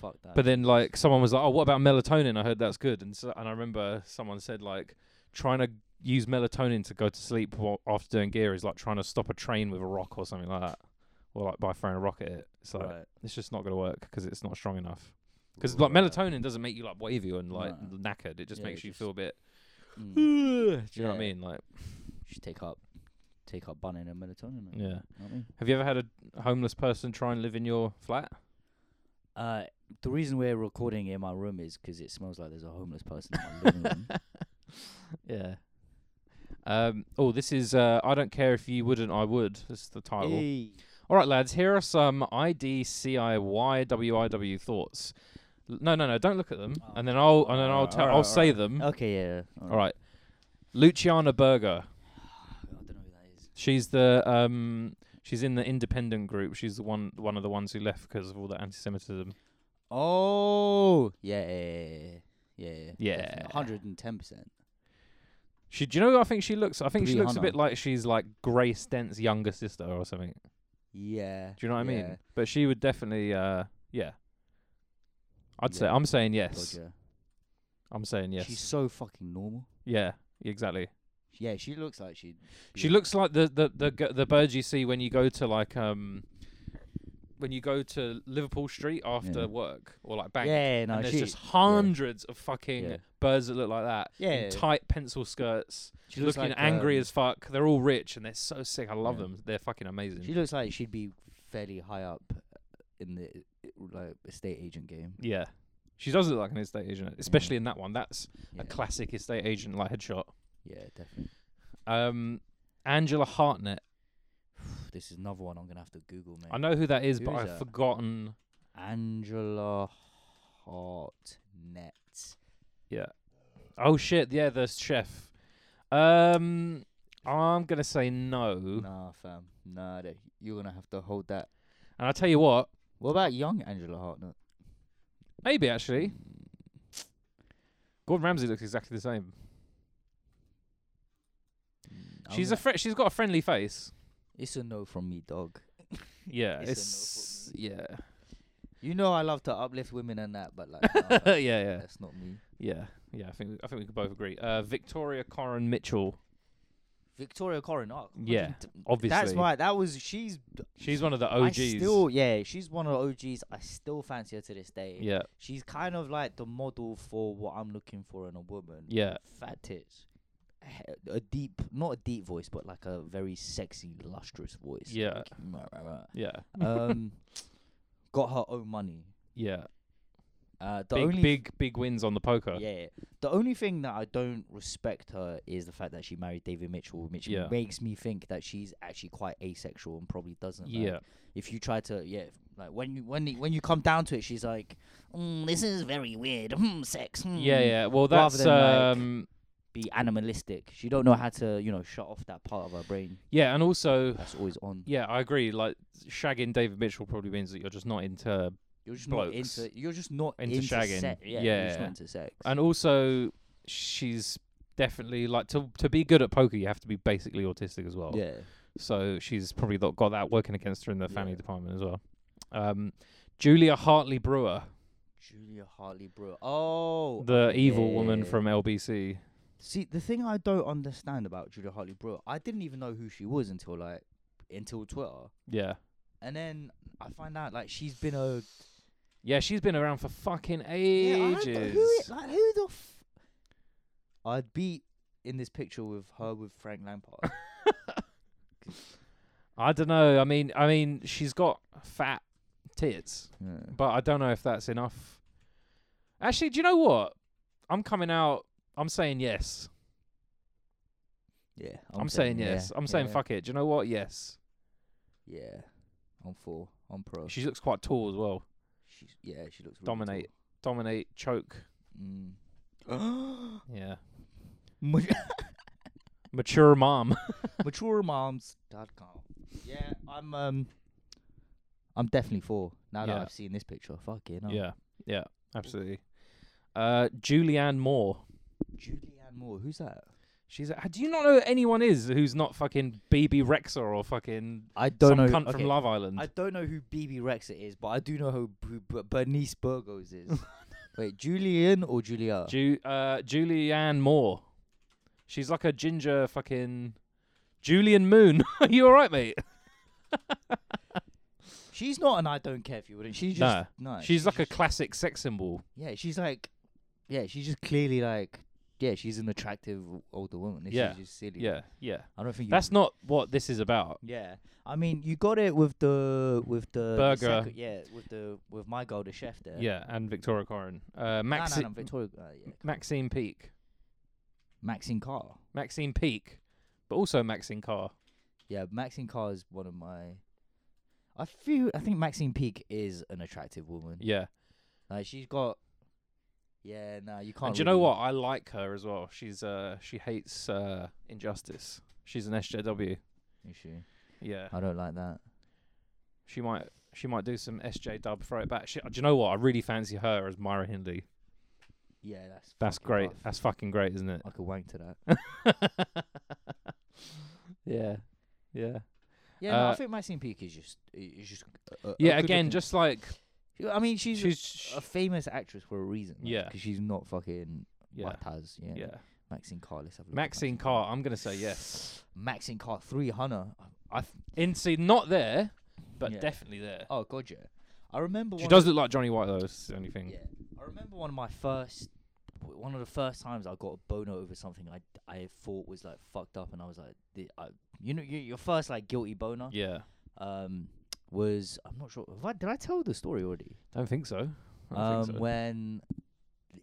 [SPEAKER 2] Fuck that.
[SPEAKER 1] But then like someone was like, Oh, what about melatonin? I heard that's good and so and I remember someone said like trying to use melatonin to go to sleep wa- after doing gear is like trying to stop a train with a rock or something like that. Or like by throwing a rock at it. It's like
[SPEAKER 2] Right.
[SPEAKER 1] it's just not gonna work 'cause it's not strong enough. 'Cause like
[SPEAKER 2] Right.
[SPEAKER 1] melatonin doesn't make you like wavy and like
[SPEAKER 2] No.
[SPEAKER 1] knackered. It just
[SPEAKER 2] Yeah,
[SPEAKER 1] makes
[SPEAKER 2] it
[SPEAKER 1] you
[SPEAKER 2] just-
[SPEAKER 1] feel a bit
[SPEAKER 2] Mm.
[SPEAKER 1] do you know what I
[SPEAKER 2] Yeah.
[SPEAKER 1] mean? Like,
[SPEAKER 2] Should take up, take up bunning and melatonin. Man.
[SPEAKER 1] yeah.
[SPEAKER 2] Know what I mean?
[SPEAKER 1] Have you ever had a homeless person try and live in your flat?
[SPEAKER 2] Uh, the reason we're recording in my room is 'cause it smells like there's a homeless person in my living room.
[SPEAKER 1] Yeah. Um, oh, this is uh, I Don't Care If You Wouldn't, I Would. That's the title.
[SPEAKER 2] Hey.
[SPEAKER 1] All right, lads, here are some IDCIYWIW thoughts. L- No, no, no, don't look at them.
[SPEAKER 2] Oh.
[SPEAKER 1] And then I'll and then I'll
[SPEAKER 2] Alright,
[SPEAKER 1] tell
[SPEAKER 2] alright,
[SPEAKER 1] I'll say
[SPEAKER 2] alright.
[SPEAKER 1] them.
[SPEAKER 2] Okay. Yeah.
[SPEAKER 1] All right. Luciana Berger.
[SPEAKER 2] I don't know who that is.
[SPEAKER 1] She's the um she's in the independent group. She's the one one of the ones who left because of all the anti-Semitism.
[SPEAKER 2] Oh. Yeah. Yeah. Yeah.
[SPEAKER 1] Yeah.
[SPEAKER 2] Hundred and ten percent.
[SPEAKER 1] She, do you know who I think she looks? I think she looks a
[SPEAKER 2] Rihanna.
[SPEAKER 1] bit like she's like Grace Dent's younger sister or something.
[SPEAKER 2] Yeah.
[SPEAKER 1] Do you know what I
[SPEAKER 2] yeah.
[SPEAKER 1] mean? But she would definitely, uh, yeah. I'd say
[SPEAKER 2] Yeah.
[SPEAKER 1] I'm saying yes.
[SPEAKER 2] Roger.
[SPEAKER 1] I'm saying yes.
[SPEAKER 2] She's so fucking normal.
[SPEAKER 1] yeah, exactly.
[SPEAKER 2] Yeah, she looks like she.
[SPEAKER 1] She looks like the the the
[SPEAKER 2] Mm.
[SPEAKER 1] g- the bird you see when you go to like um when you go to Liverpool Street after
[SPEAKER 2] Yeah.
[SPEAKER 1] work or like bank.
[SPEAKER 2] Yeah, no,
[SPEAKER 1] and there's
[SPEAKER 2] she.
[SPEAKER 1] just hundreds of fucking
[SPEAKER 2] Yeah.
[SPEAKER 1] birds that look like that.
[SPEAKER 2] yeah,
[SPEAKER 1] In tight pencil skirts,
[SPEAKER 2] she looks
[SPEAKER 1] looking
[SPEAKER 2] like,
[SPEAKER 1] angry
[SPEAKER 2] um,
[SPEAKER 1] as fuck. They're all rich and they're so sick. I love
[SPEAKER 2] Yeah.
[SPEAKER 1] them. They're fucking amazing.
[SPEAKER 2] She looks like she'd be fairly high up in the uh, like estate agent game.
[SPEAKER 1] Yeah. She does look like an estate agent, especially in that one. That's
[SPEAKER 2] Yeah,
[SPEAKER 1] a classic estate agent like headshot.
[SPEAKER 2] yeah definitely.
[SPEAKER 1] Um, Angela Hartnett.
[SPEAKER 2] This is another one I'm gonna have to Google, mate.
[SPEAKER 1] I know who that is,
[SPEAKER 2] Who
[SPEAKER 1] but
[SPEAKER 2] is
[SPEAKER 1] I've
[SPEAKER 2] that?
[SPEAKER 1] forgotten.
[SPEAKER 2] Angela Hartnett.
[SPEAKER 1] Oh shit! Yeah, the chef. Um, I'm gonna say no,
[SPEAKER 2] Nah, fam. Nah, that- you're gonna have to hold that.
[SPEAKER 1] and I tell you what,
[SPEAKER 2] What about young Angela Hartnett?
[SPEAKER 1] maybe actually, Gordon Ramsay looks exactly the same.
[SPEAKER 2] Mm, I'm
[SPEAKER 1] she's a
[SPEAKER 2] gonna-
[SPEAKER 1] fri she's got a friendly face.
[SPEAKER 2] it's a no from me, dog.
[SPEAKER 1] Yeah,
[SPEAKER 2] It's
[SPEAKER 1] it's,
[SPEAKER 2] a You know I love to uplift women and that, but like,
[SPEAKER 1] yeah,
[SPEAKER 2] nah,
[SPEAKER 1] yeah,
[SPEAKER 2] fam,
[SPEAKER 1] yeah,
[SPEAKER 2] that's not me.
[SPEAKER 1] yeah, yeah. I think we, I think we could both agree. Uh, Victoria Corin Mitchell,
[SPEAKER 2] Victoria Corin, oh,
[SPEAKER 1] Yeah,
[SPEAKER 2] 100
[SPEAKER 1] obviously.
[SPEAKER 2] That's why that was she's
[SPEAKER 1] She's one of the
[SPEAKER 2] I
[SPEAKER 1] OGs.
[SPEAKER 2] still yeah, she's one of the OGs. I still fancy her to this day.
[SPEAKER 1] yeah,
[SPEAKER 2] She's kind of like the model for what I'm looking for in a woman.
[SPEAKER 1] yeah,
[SPEAKER 2] Fat tits. he- A deep, not a deep voice, but like a very sexy, lustrous voice.
[SPEAKER 1] Yeah.
[SPEAKER 2] Like,
[SPEAKER 1] yeah, Uh,
[SPEAKER 2] um, got her own money.
[SPEAKER 1] yeah.
[SPEAKER 2] Uh, the
[SPEAKER 1] Big,
[SPEAKER 2] only
[SPEAKER 1] big, big wins on the poker.
[SPEAKER 2] yeah. The only thing that I don't respect her is the fact that she married David Mitchell, which
[SPEAKER 1] Yeah.
[SPEAKER 2] makes me think that she's actually quite asexual and probably doesn't. like,
[SPEAKER 1] Yeah,
[SPEAKER 2] if you try to yeah if- like when you when you- when you come down to it she's like mm, this is very weird mm, sex mm,
[SPEAKER 1] yeah, yeah. Well,
[SPEAKER 2] Rather
[SPEAKER 1] that's
[SPEAKER 2] than, like-
[SPEAKER 1] um,
[SPEAKER 2] be animalistic she don't know how to you know shut off that part of her brain
[SPEAKER 1] yeah, and also,
[SPEAKER 2] that's always on
[SPEAKER 1] yeah, I agree. Like shagging David Mitchell probably means that you're just not into,
[SPEAKER 2] you're just
[SPEAKER 1] Blokes.
[SPEAKER 2] not into you're just not
[SPEAKER 1] Into shagging.
[SPEAKER 2] sex yeah, you're just
[SPEAKER 1] Yeah.
[SPEAKER 2] not into sex
[SPEAKER 1] and also, she's definitely like to to be good at poker, you have to be basically autistic as well.
[SPEAKER 2] Yeah.
[SPEAKER 1] So she's probably got, got that working against her in the family
[SPEAKER 2] Yeah.
[SPEAKER 1] department as well. Um, Julia Hartley Brewer,
[SPEAKER 2] Julia Hartley Brewer. Oh.
[SPEAKER 1] the evil
[SPEAKER 2] yeah,
[SPEAKER 1] woman
[SPEAKER 2] yeah, yeah.
[SPEAKER 1] from LBC.
[SPEAKER 2] See, the thing I don't understand about Julia Hartley Brewer, I didn't even know who she was until like until Twitter,
[SPEAKER 1] Yeah.
[SPEAKER 2] and then I find out like she's been a
[SPEAKER 1] Yeah, she's been around for fucking
[SPEAKER 2] Yeah, I
[SPEAKER 1] ages.
[SPEAKER 2] don't- who, i- like, who the? F- I'd be in this picture with her with Frank Lampard.
[SPEAKER 1] I don't know. I mean, I mean, she's got fat tits,
[SPEAKER 2] yeah.
[SPEAKER 1] but I don't know if that's enough. Actually, do you know what? I'm coming out. I'm saying yes.
[SPEAKER 2] yeah,
[SPEAKER 1] I'm, saying, yes.
[SPEAKER 2] yeah,
[SPEAKER 1] I'm saying
[SPEAKER 2] yeah,
[SPEAKER 1] fuck it. Do you know what? Yes.
[SPEAKER 2] Yeah, I'm for. I'm pro.
[SPEAKER 1] She looks quite tall as well.
[SPEAKER 2] She's, yeah, she looks really
[SPEAKER 1] Dominate. Dominate, choke.
[SPEAKER 2] tall. Mm.
[SPEAKER 1] Yeah.
[SPEAKER 2] Ma-
[SPEAKER 1] Mature mom.
[SPEAKER 2] MatureMoms.com. Yeah, I'm um, I'm definitely for. Now that
[SPEAKER 1] Yeah.
[SPEAKER 2] I've seen this picture, fucking hell.
[SPEAKER 1] Yeah. Yeah. Absolutely. Uh, Julianne Moore.
[SPEAKER 2] Julianne Moore, who's that?
[SPEAKER 1] She's. A, do you not know who anyone is who's not fucking BB Rexer or fucking
[SPEAKER 2] I don't
[SPEAKER 1] some
[SPEAKER 2] know.
[SPEAKER 1] cunt
[SPEAKER 2] okay,
[SPEAKER 1] from Love Island?
[SPEAKER 2] I don't know who BB Rexer is, but I do know who, who B- Bernice Burgos is. Wait, Julian or Julia?
[SPEAKER 1] Ju- uh, Julianne Moore. She's like a ginger fucking Julian Moon. Are you all right, mate?
[SPEAKER 2] she's not an I don't care if you wouldn't. She's
[SPEAKER 1] Nah,
[SPEAKER 2] just no.
[SPEAKER 1] she's like a
[SPEAKER 2] just-
[SPEAKER 1] classic sex symbol.
[SPEAKER 2] yeah. She's like yeah. She's just clearly like yeah. She's an attractive older woman. and
[SPEAKER 1] Yeah,
[SPEAKER 2] She's just silly.
[SPEAKER 1] Yeah, yeah.
[SPEAKER 2] I don't think you,
[SPEAKER 1] That's not what this is about.
[SPEAKER 2] yeah. I mean, you got it with the with the the
[SPEAKER 1] Burger.
[SPEAKER 2] second- yeah, with the with my girl, the chef there.
[SPEAKER 1] Yeah, and Victoria Corin. Uh,
[SPEAKER 2] Nah, nah,
[SPEAKER 1] Maxi-
[SPEAKER 2] nah, Victoria, uh, yeah.
[SPEAKER 1] Maxine Peak.
[SPEAKER 2] Maxine Carr.
[SPEAKER 1] Maxine Peak, but also Maxine Carr.
[SPEAKER 2] Yeah, Maxine Carr is one of my. I feel I think Maxine Peake is an attractive woman.
[SPEAKER 1] Yeah.
[SPEAKER 2] Like she's got. Yeah, no, you can't.
[SPEAKER 1] And do you know
[SPEAKER 2] really-
[SPEAKER 1] what? I like her as well. She's uh she hates uh injustice. She's an SJW.
[SPEAKER 2] Is she?
[SPEAKER 1] Yeah.
[SPEAKER 2] I don't like that.
[SPEAKER 1] She might she might do some SJ dub throw it back. She, do you know what? I really fancy her as Myra Hindley.
[SPEAKER 2] Yeah, that's.
[SPEAKER 1] That's
[SPEAKER 2] fucking
[SPEAKER 1] great.
[SPEAKER 2] rough.
[SPEAKER 1] That's fucking great, isn't it?
[SPEAKER 2] I could wank to that.
[SPEAKER 1] yeah. Yeah.
[SPEAKER 2] Yeah, no,
[SPEAKER 1] Uh,
[SPEAKER 2] I think Maxine Peake is just is just. a- a- a
[SPEAKER 1] Yeah,
[SPEAKER 2] good
[SPEAKER 1] again,
[SPEAKER 2] looking-
[SPEAKER 1] just like
[SPEAKER 2] She- I mean, she's, a-
[SPEAKER 1] she's
[SPEAKER 2] a famous actress for a reason.
[SPEAKER 1] Yeah.
[SPEAKER 2] because she's not fucking yeah.
[SPEAKER 1] yeah.
[SPEAKER 2] Taz. Yeah.
[SPEAKER 1] Yeah.
[SPEAKER 2] Maxine Carr. Let's have a look at
[SPEAKER 1] Maxine Carr, I'm going to say yes.
[SPEAKER 2] Maxine Carr, three hundred. I. I
[SPEAKER 1] In see not there, but
[SPEAKER 2] Yeah.
[SPEAKER 1] definitely there.
[SPEAKER 2] oh god, yeah. I remember.
[SPEAKER 1] She
[SPEAKER 2] one
[SPEAKER 1] does look like Johnny White though, is the only thing.
[SPEAKER 2] Yeah, I remember one of my first, w- one of the first times I got a boner over something I I thought was like fucked up, and I was like, the, I, you know, your, your first like guilty boner,
[SPEAKER 1] Yeah.
[SPEAKER 2] um, was I'm not sure. Have I, did I tell the story already?
[SPEAKER 1] Don't think so. I don't
[SPEAKER 2] Um,
[SPEAKER 1] think so.
[SPEAKER 2] when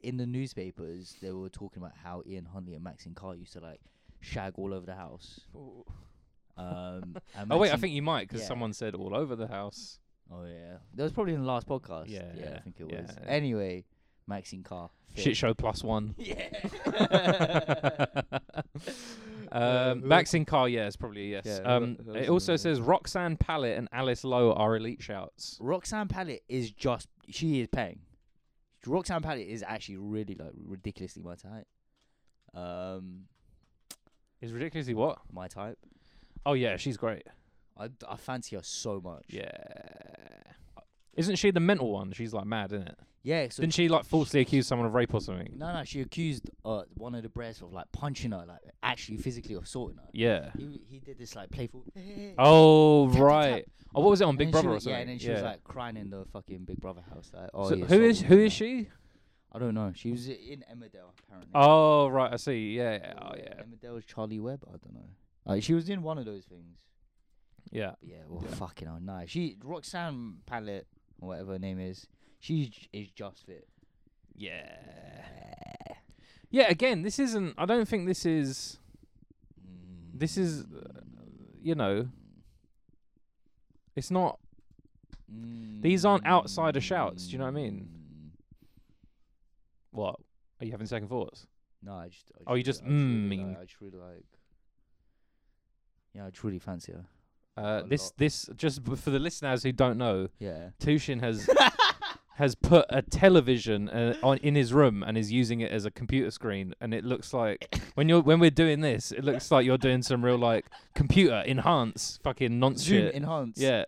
[SPEAKER 2] in the newspapers they were talking about how Ian Huntley and Maxine Carr used to like shag all over the house. Um, and
[SPEAKER 1] Oh wait, I
[SPEAKER 2] Maxine-
[SPEAKER 1] think you might because
[SPEAKER 2] yeah.
[SPEAKER 1] someone said all over the house.
[SPEAKER 2] Oh yeah, that was probably in the last podcast.
[SPEAKER 1] Yeah,
[SPEAKER 2] yeah,
[SPEAKER 1] yeah,
[SPEAKER 2] I think it
[SPEAKER 1] yeah,
[SPEAKER 2] was.
[SPEAKER 1] yeah.
[SPEAKER 2] Anyway, Maxine Carr.
[SPEAKER 1] Shit show plus one.
[SPEAKER 2] Yeah.
[SPEAKER 1] um,
[SPEAKER 2] Uh, who-
[SPEAKER 1] Maxine Carr, yeah, it's probably a yes.
[SPEAKER 2] Yeah, who-
[SPEAKER 1] um,
[SPEAKER 2] who else
[SPEAKER 1] it
[SPEAKER 2] is
[SPEAKER 1] also
[SPEAKER 2] there?
[SPEAKER 1] says Roxanne Pallet and Alice Lowe are elite shouts.
[SPEAKER 2] Roxanne Pallet is just she is paying. Roxanne Pallet is actually really like ridiculously my type. Um,
[SPEAKER 1] Is ridiculously what?
[SPEAKER 2] my type.
[SPEAKER 1] Oh yeah, she's great.
[SPEAKER 2] I, I fancy her so much.
[SPEAKER 1] Yeah. Isn't she the mental one? She's like mad, isn't it?
[SPEAKER 2] Yeah. So
[SPEAKER 1] Didn't she like falsely accuse someone of rape or something?
[SPEAKER 2] no, no. She accused uh one of the breasts of like punching her, like actually physically assaulting her.
[SPEAKER 1] Yeah.
[SPEAKER 2] He he did this like playful.
[SPEAKER 1] Oh
[SPEAKER 2] tap, tap.
[SPEAKER 1] right. Oh, what was it on
[SPEAKER 2] And
[SPEAKER 1] Big
[SPEAKER 2] then she
[SPEAKER 1] Brother
[SPEAKER 2] was-
[SPEAKER 1] or something?
[SPEAKER 2] Yeah, and then she was like crying in the fucking Big Brother house. Like, oh,
[SPEAKER 1] So
[SPEAKER 2] he
[SPEAKER 1] who is
[SPEAKER 2] assaulted
[SPEAKER 1] who
[SPEAKER 2] me,
[SPEAKER 1] is
[SPEAKER 2] like-
[SPEAKER 1] she?
[SPEAKER 2] I don't know. She was in Emmerdale apparently.
[SPEAKER 1] Oh right, I see. Yeah. yeah, Oh yeah.
[SPEAKER 2] Emmerdale's Charlie Webb. I don't know. Like, she was in one of those things.
[SPEAKER 1] Yeah.
[SPEAKER 2] But yeah, well, fucking hell, no. She Roxanne Pallet, or whatever her name is, she j- is just fit.
[SPEAKER 1] Yeah. Yeah, again, this isn't. I don't think this is.
[SPEAKER 2] Mm.
[SPEAKER 1] This is, uh, you know, It's not.
[SPEAKER 2] Mm.
[SPEAKER 1] these aren't outsider shouts, do you know what I mean? What? Are you having second thoughts?
[SPEAKER 2] No, I just. I
[SPEAKER 1] Oh, you
[SPEAKER 2] really-
[SPEAKER 1] just
[SPEAKER 2] I really
[SPEAKER 1] mm
[SPEAKER 2] like-
[SPEAKER 1] mean.
[SPEAKER 2] I just really like. Yeah, I truly fancy her.
[SPEAKER 1] Uh,
[SPEAKER 2] A
[SPEAKER 1] this,
[SPEAKER 2] lot.
[SPEAKER 1] this, just b- for the listeners who don't know,
[SPEAKER 2] Yeah.
[SPEAKER 1] Tushin has has put a television uh, on in his room and is using it as a computer screen, and it looks like when you're when we're doing this, it looks like you're doing some real like computer enhance fucking nonsense
[SPEAKER 2] Zoom
[SPEAKER 1] shit.
[SPEAKER 2] enhanced.
[SPEAKER 1] Yeah,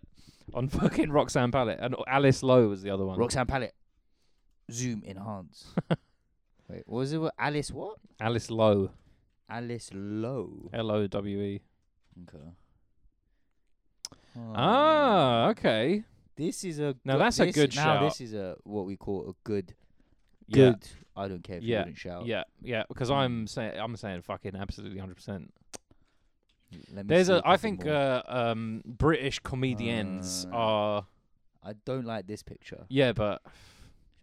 [SPEAKER 1] on fucking Roxanne Pallet and Alice Lowe was the other one.
[SPEAKER 2] Roxanne Pallet. Zoom enhance. Wait, what was it? What? Alice what?
[SPEAKER 1] Alice Lowe,
[SPEAKER 2] Alice Lowe.
[SPEAKER 1] L O W E.
[SPEAKER 2] Okay. Oh.
[SPEAKER 1] Ah, okay.
[SPEAKER 2] This is a
[SPEAKER 1] Now
[SPEAKER 2] go-
[SPEAKER 1] that's a
[SPEAKER 2] this-
[SPEAKER 1] good
[SPEAKER 2] Now
[SPEAKER 1] shout.
[SPEAKER 2] this is a what we call a good
[SPEAKER 1] Yeah,
[SPEAKER 2] good. I don't care if
[SPEAKER 1] Yeah,
[SPEAKER 2] you wouldn't shout.
[SPEAKER 1] yeah, yeah. Because I'm saying I'm saying fucking absolutely hundred percent.
[SPEAKER 2] Let me
[SPEAKER 1] There's
[SPEAKER 2] see
[SPEAKER 1] a. I
[SPEAKER 2] couple
[SPEAKER 1] think
[SPEAKER 2] more.
[SPEAKER 1] uh, um, British comedians
[SPEAKER 2] Uh,
[SPEAKER 1] are.
[SPEAKER 2] I don't like this picture.
[SPEAKER 1] Yeah, but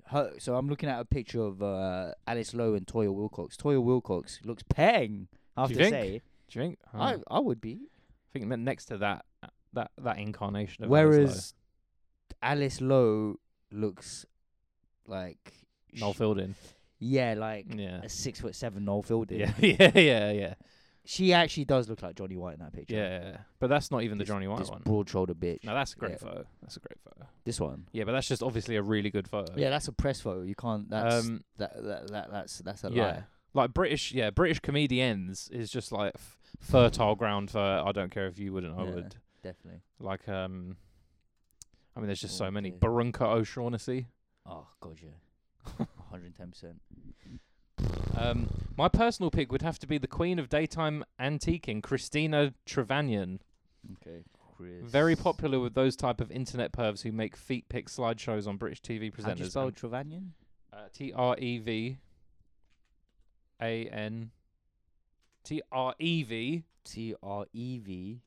[SPEAKER 2] Her, so I'm looking at a picture of uh, Alice Lowe and Toya Wilcox. Toya Wilcox looks peng. I have
[SPEAKER 1] Do
[SPEAKER 2] to
[SPEAKER 1] you think?
[SPEAKER 2] say,
[SPEAKER 1] do you think? Oh,
[SPEAKER 2] I
[SPEAKER 1] I
[SPEAKER 2] I would be.
[SPEAKER 1] think that next to that, that that incarnation of
[SPEAKER 2] Whereas Alice Lowe looks like sh-
[SPEAKER 1] Noel Fielding.
[SPEAKER 2] Yeah, like
[SPEAKER 1] Yeah.
[SPEAKER 2] a six foot seven Noel Fielding.
[SPEAKER 1] Yeah, yeah, yeah, yeah,
[SPEAKER 2] She actually does look like Johnny White in that picture.
[SPEAKER 1] yeah. But that's not even the
[SPEAKER 2] This-
[SPEAKER 1] Johnny White
[SPEAKER 2] this
[SPEAKER 1] one.
[SPEAKER 2] broad shouldered bitch.
[SPEAKER 1] No, that's a great
[SPEAKER 2] yeah.
[SPEAKER 1] photo. That's a great photo.
[SPEAKER 2] This one.
[SPEAKER 1] Yeah, but that's just obviously a really good photo.
[SPEAKER 2] Yeah, that's a press photo. You can't. That's
[SPEAKER 1] um,
[SPEAKER 2] that, that that that's that's a
[SPEAKER 1] yeah.
[SPEAKER 2] lie.
[SPEAKER 1] Like British, yeah, British comedians is just like f- fertile ground for. I don't care if you wouldn't, I
[SPEAKER 2] Yeah.
[SPEAKER 1] would.
[SPEAKER 2] Definitely.
[SPEAKER 1] Like, um, I mean, there's just
[SPEAKER 2] Oh,
[SPEAKER 1] so many.
[SPEAKER 2] dear.
[SPEAKER 1] Barunka O'Shaughnessy.
[SPEAKER 2] Oh god, yeah. Hundred and ten percent.
[SPEAKER 1] Um, my personal pick would have to be the queen of daytime antiquing, Christina Trevanian.
[SPEAKER 2] Okay, Chris.
[SPEAKER 1] Very popular with those type of internet pervs who make feet pick slideshows on British TV
[SPEAKER 2] How do you
[SPEAKER 1] presenters.
[SPEAKER 2] spell Trevanian?
[SPEAKER 1] and, uh, T R E V A N T R E V
[SPEAKER 2] T R E V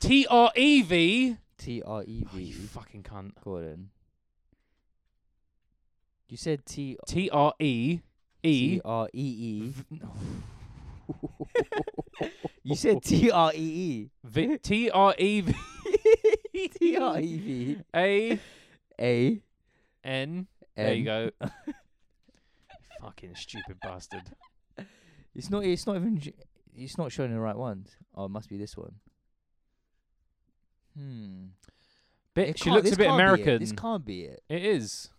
[SPEAKER 1] T R E V.
[SPEAKER 2] T R E
[SPEAKER 1] Oh, you
[SPEAKER 2] V.
[SPEAKER 1] fucking cunt.
[SPEAKER 2] Gordon. You said T
[SPEAKER 1] T R E E.
[SPEAKER 2] T R E E.
[SPEAKER 1] v-
[SPEAKER 2] You said T R E E.
[SPEAKER 1] V- T R E V
[SPEAKER 2] T R E V
[SPEAKER 1] A
[SPEAKER 2] A.
[SPEAKER 1] N. There you
[SPEAKER 2] N.
[SPEAKER 1] go. fucking stupid bastard.
[SPEAKER 2] It's not. It's not even. j- It's not showing the right ones. Oh, it must be this one. Hmm.
[SPEAKER 1] Bit,
[SPEAKER 2] It
[SPEAKER 1] she
[SPEAKER 2] can't-
[SPEAKER 1] looks a
[SPEAKER 2] this
[SPEAKER 1] bit
[SPEAKER 2] can't be it.
[SPEAKER 1] American.
[SPEAKER 2] This can't be it.
[SPEAKER 1] it is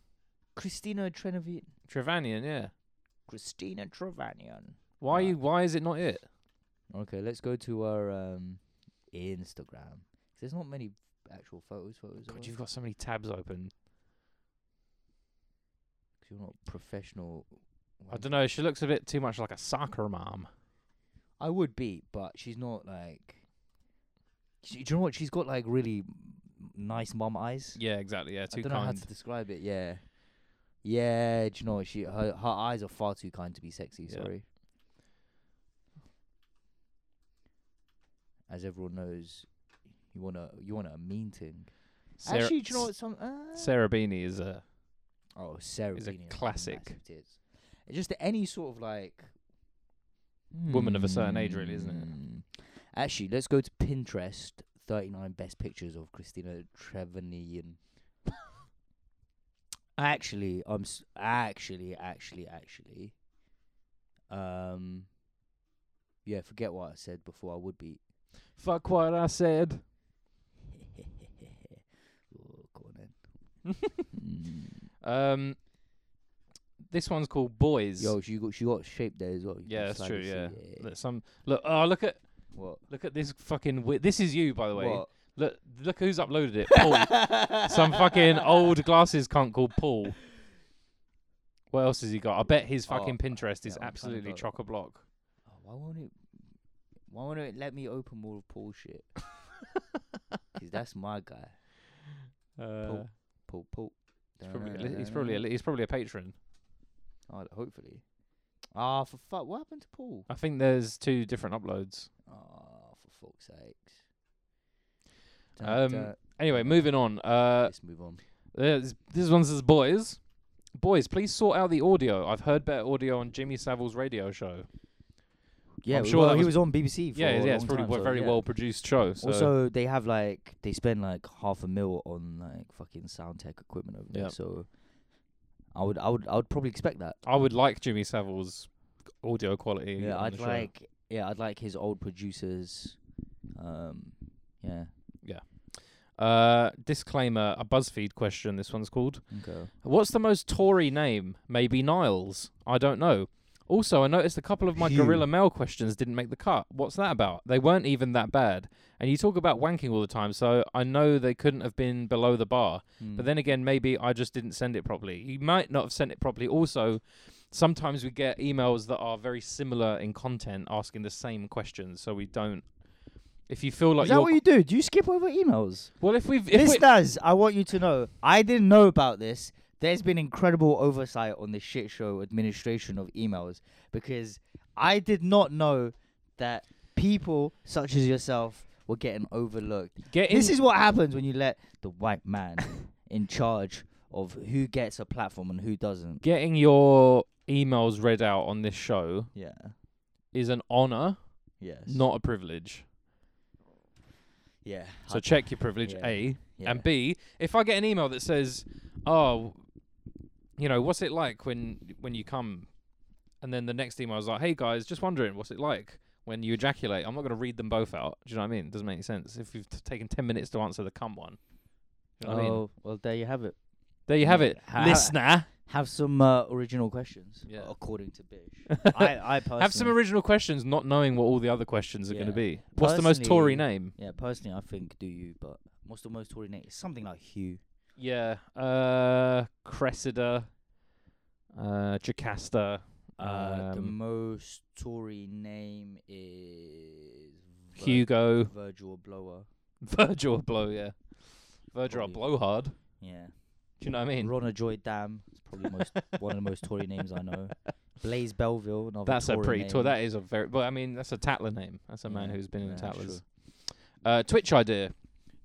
[SPEAKER 2] Christina Trevanian.
[SPEAKER 1] Trevanian, yeah.
[SPEAKER 2] Christina Trevanian.
[SPEAKER 1] Why
[SPEAKER 2] Right.
[SPEAKER 1] you? Why is it not it?
[SPEAKER 2] Okay, let's go to our um, Instagram. There's not many actual photos. Photos.
[SPEAKER 1] God,
[SPEAKER 2] of
[SPEAKER 1] you've
[SPEAKER 2] us,
[SPEAKER 1] got so many tabs open.
[SPEAKER 2] 'cause You're not professional.
[SPEAKER 1] I
[SPEAKER 2] one.
[SPEAKER 1] don't know. She looks a bit too much like a soccer mom.
[SPEAKER 2] I would be, but she's not like. She, do you know what? She's got like really m- nice mum eyes.
[SPEAKER 1] Yeah, exactly. Yeah,
[SPEAKER 2] I
[SPEAKER 1] too
[SPEAKER 2] don't know how
[SPEAKER 1] kind.
[SPEAKER 2] to describe it. Yeah, yeah. Do you know what? She her her eyes are far too kind to be sexy.
[SPEAKER 1] Yeah.
[SPEAKER 2] Sorry. As everyone knows, you want a you want a mean thing.
[SPEAKER 1] Sarah,
[SPEAKER 2] Actually, do you know what? Some uh,
[SPEAKER 1] Sarah Beanie is uh, a.
[SPEAKER 2] oh Sarah
[SPEAKER 1] is a
[SPEAKER 2] Beanie has
[SPEAKER 1] classic.
[SPEAKER 2] massive tits. It's Just any sort of like
[SPEAKER 1] Woman of a certain age, really, isn't it?
[SPEAKER 2] it? Hmm. Actually, let's go to Pinterest. Thirty-nine best pictures of Christina Trevanian. actually, I'm s- actually, actually, actually. Um, yeah, forget what I said before. I would be.
[SPEAKER 1] Fuck what I said.
[SPEAKER 2] oh, go on then. Mm.
[SPEAKER 1] Um, this one's called Boys.
[SPEAKER 2] Yo, she got she got shape there as well. You can
[SPEAKER 1] yeah, that's
[SPEAKER 2] slide
[SPEAKER 1] true.
[SPEAKER 2] and see,
[SPEAKER 1] Yeah. Look, some look. Oh, look at
[SPEAKER 2] What?
[SPEAKER 1] look at this fucking. Wi- this is you, by the way.
[SPEAKER 2] What?
[SPEAKER 1] Look look who's uploaded it. Paul. some fucking old glasses cunt called Paul. What else has he got? I bet his
[SPEAKER 2] Oh,
[SPEAKER 1] fucking Pinterest
[SPEAKER 2] yeah,
[SPEAKER 1] is
[SPEAKER 2] I'm trying to
[SPEAKER 1] absolutely
[SPEAKER 2] go-
[SPEAKER 1] chock a block.
[SPEAKER 2] Oh, why won't it? Why won't it let me open more of Paul's shit? 'Cause that's my guy,
[SPEAKER 1] Uh,
[SPEAKER 2] Paul. Paul.
[SPEAKER 1] he's, probably, he's probably a, he's probably a patron.
[SPEAKER 2] Oh, hopefully. Ah, for fuck! What happened to Paul?
[SPEAKER 1] I think there's two different uploads.
[SPEAKER 2] Ah, for fuck's sakes.
[SPEAKER 1] Um, Anyway, moving on. Uh,
[SPEAKER 2] let's move on.
[SPEAKER 1] there's- this one says boys, boys, please sort out the audio. I've heard better audio on Jimmy Savile's radio show.
[SPEAKER 2] Yeah,
[SPEAKER 1] I'm sure
[SPEAKER 2] well,
[SPEAKER 1] that
[SPEAKER 2] he
[SPEAKER 1] was-
[SPEAKER 2] was on BBC. For
[SPEAKER 1] yeah,
[SPEAKER 2] a
[SPEAKER 1] yeah, it's
[SPEAKER 2] long
[SPEAKER 1] probably
[SPEAKER 2] time,
[SPEAKER 1] a
[SPEAKER 2] so
[SPEAKER 1] very
[SPEAKER 2] yeah.
[SPEAKER 1] well produced show. So
[SPEAKER 2] Also, they have like they spend like half a mil on like fucking sound tech equipment over
[SPEAKER 1] Yeah.
[SPEAKER 2] there. So, I would, I would, I would probably expect that.
[SPEAKER 1] I would like Jimmy Savile's audio quality.
[SPEAKER 2] Yeah,
[SPEAKER 1] on
[SPEAKER 2] I'd
[SPEAKER 1] the show.
[SPEAKER 2] like yeah, I'd like his old producers. Um, yeah.
[SPEAKER 1] Uh, disclaimer: a BuzzFeed question. This one's called.
[SPEAKER 2] Okay.
[SPEAKER 1] What's the most Tory name? Maybe Niles. I don't know. Also, I noticed a couple of my
[SPEAKER 2] Phew.
[SPEAKER 1] Gorilla Mail questions didn't make the cut. What's that about? They weren't even that bad. And you talk about wanking all the time, so I know they couldn't have been below the bar.
[SPEAKER 2] Hmm.
[SPEAKER 1] But then again, maybe I just didn't send it properly. You might not have sent it properly. Also, sometimes we get emails that are very similar in content asking the same questions, so we don't. If you feel like
[SPEAKER 2] is that
[SPEAKER 1] you're-
[SPEAKER 2] what you do? Do you skip over emails?
[SPEAKER 1] well, if we've if
[SPEAKER 2] This
[SPEAKER 1] we-
[SPEAKER 2] does. I want you to know. I didn't know about this. There's been incredible oversight on the shit show administration of emails because I did not know that people such as yourself were getting overlooked.
[SPEAKER 1] get in,
[SPEAKER 2] This is what happens when you let the white man in charge of who gets a platform and who doesn't.
[SPEAKER 1] getting your emails read out on this show
[SPEAKER 2] Yeah.
[SPEAKER 1] is an honor,
[SPEAKER 2] Yes.
[SPEAKER 1] not a privilege.
[SPEAKER 2] Yeah.
[SPEAKER 1] So check your privilege,
[SPEAKER 2] Yeah.
[SPEAKER 1] A.
[SPEAKER 2] yeah.
[SPEAKER 1] And B, if I get an email that says, oh, you know, what's it like when when you come? And then the next email is like, hey guys, just wondering, what's it like when you ejaculate? I'm not going to read them both out. Do you know what I mean? It doesn't make any sense. If you've t- taken 10 minutes to answer the cum one. Do you know what I mean?
[SPEAKER 2] Oh, well, there you have it.
[SPEAKER 1] There you have it,
[SPEAKER 2] Ha-
[SPEAKER 1] listener.
[SPEAKER 2] Have some uh, original questions,
[SPEAKER 1] Yeah.
[SPEAKER 2] according to Bish. I, I personally
[SPEAKER 1] Have some original questions, not knowing what all the other questions are going
[SPEAKER 2] Yeah.
[SPEAKER 1] to be. What's the most Tory
[SPEAKER 2] Personally-
[SPEAKER 1] name?
[SPEAKER 2] Yeah, personally, I think do you, but what's the most Tory name? It's something like Hugh.
[SPEAKER 1] Yeah, uh, Cressida, uh, Jocasta.
[SPEAKER 2] Uh, the
[SPEAKER 1] um,
[SPEAKER 2] most Tory name is Vir-
[SPEAKER 1] Hugo,
[SPEAKER 2] Virgil Blower.
[SPEAKER 1] Virgil Blow, yeah. Virgil
[SPEAKER 2] Probably.
[SPEAKER 1] Blowhard. Do
[SPEAKER 2] Yeah,
[SPEAKER 1] you know what I mean?
[SPEAKER 2] Ronna Joy Dam. It's probably most one of the most Tory names I know. Blaze Belville. Another
[SPEAKER 1] That's a
[SPEAKER 2] Tory
[SPEAKER 1] pretty
[SPEAKER 2] name.
[SPEAKER 1] Tor- That is a very. Well, I mean, that's a Tatler name. That's a man
[SPEAKER 2] Yeah,
[SPEAKER 1] who's been in
[SPEAKER 2] yeah,
[SPEAKER 1] the
[SPEAKER 2] that's
[SPEAKER 1] Tatlers. Uh, Twitch idea.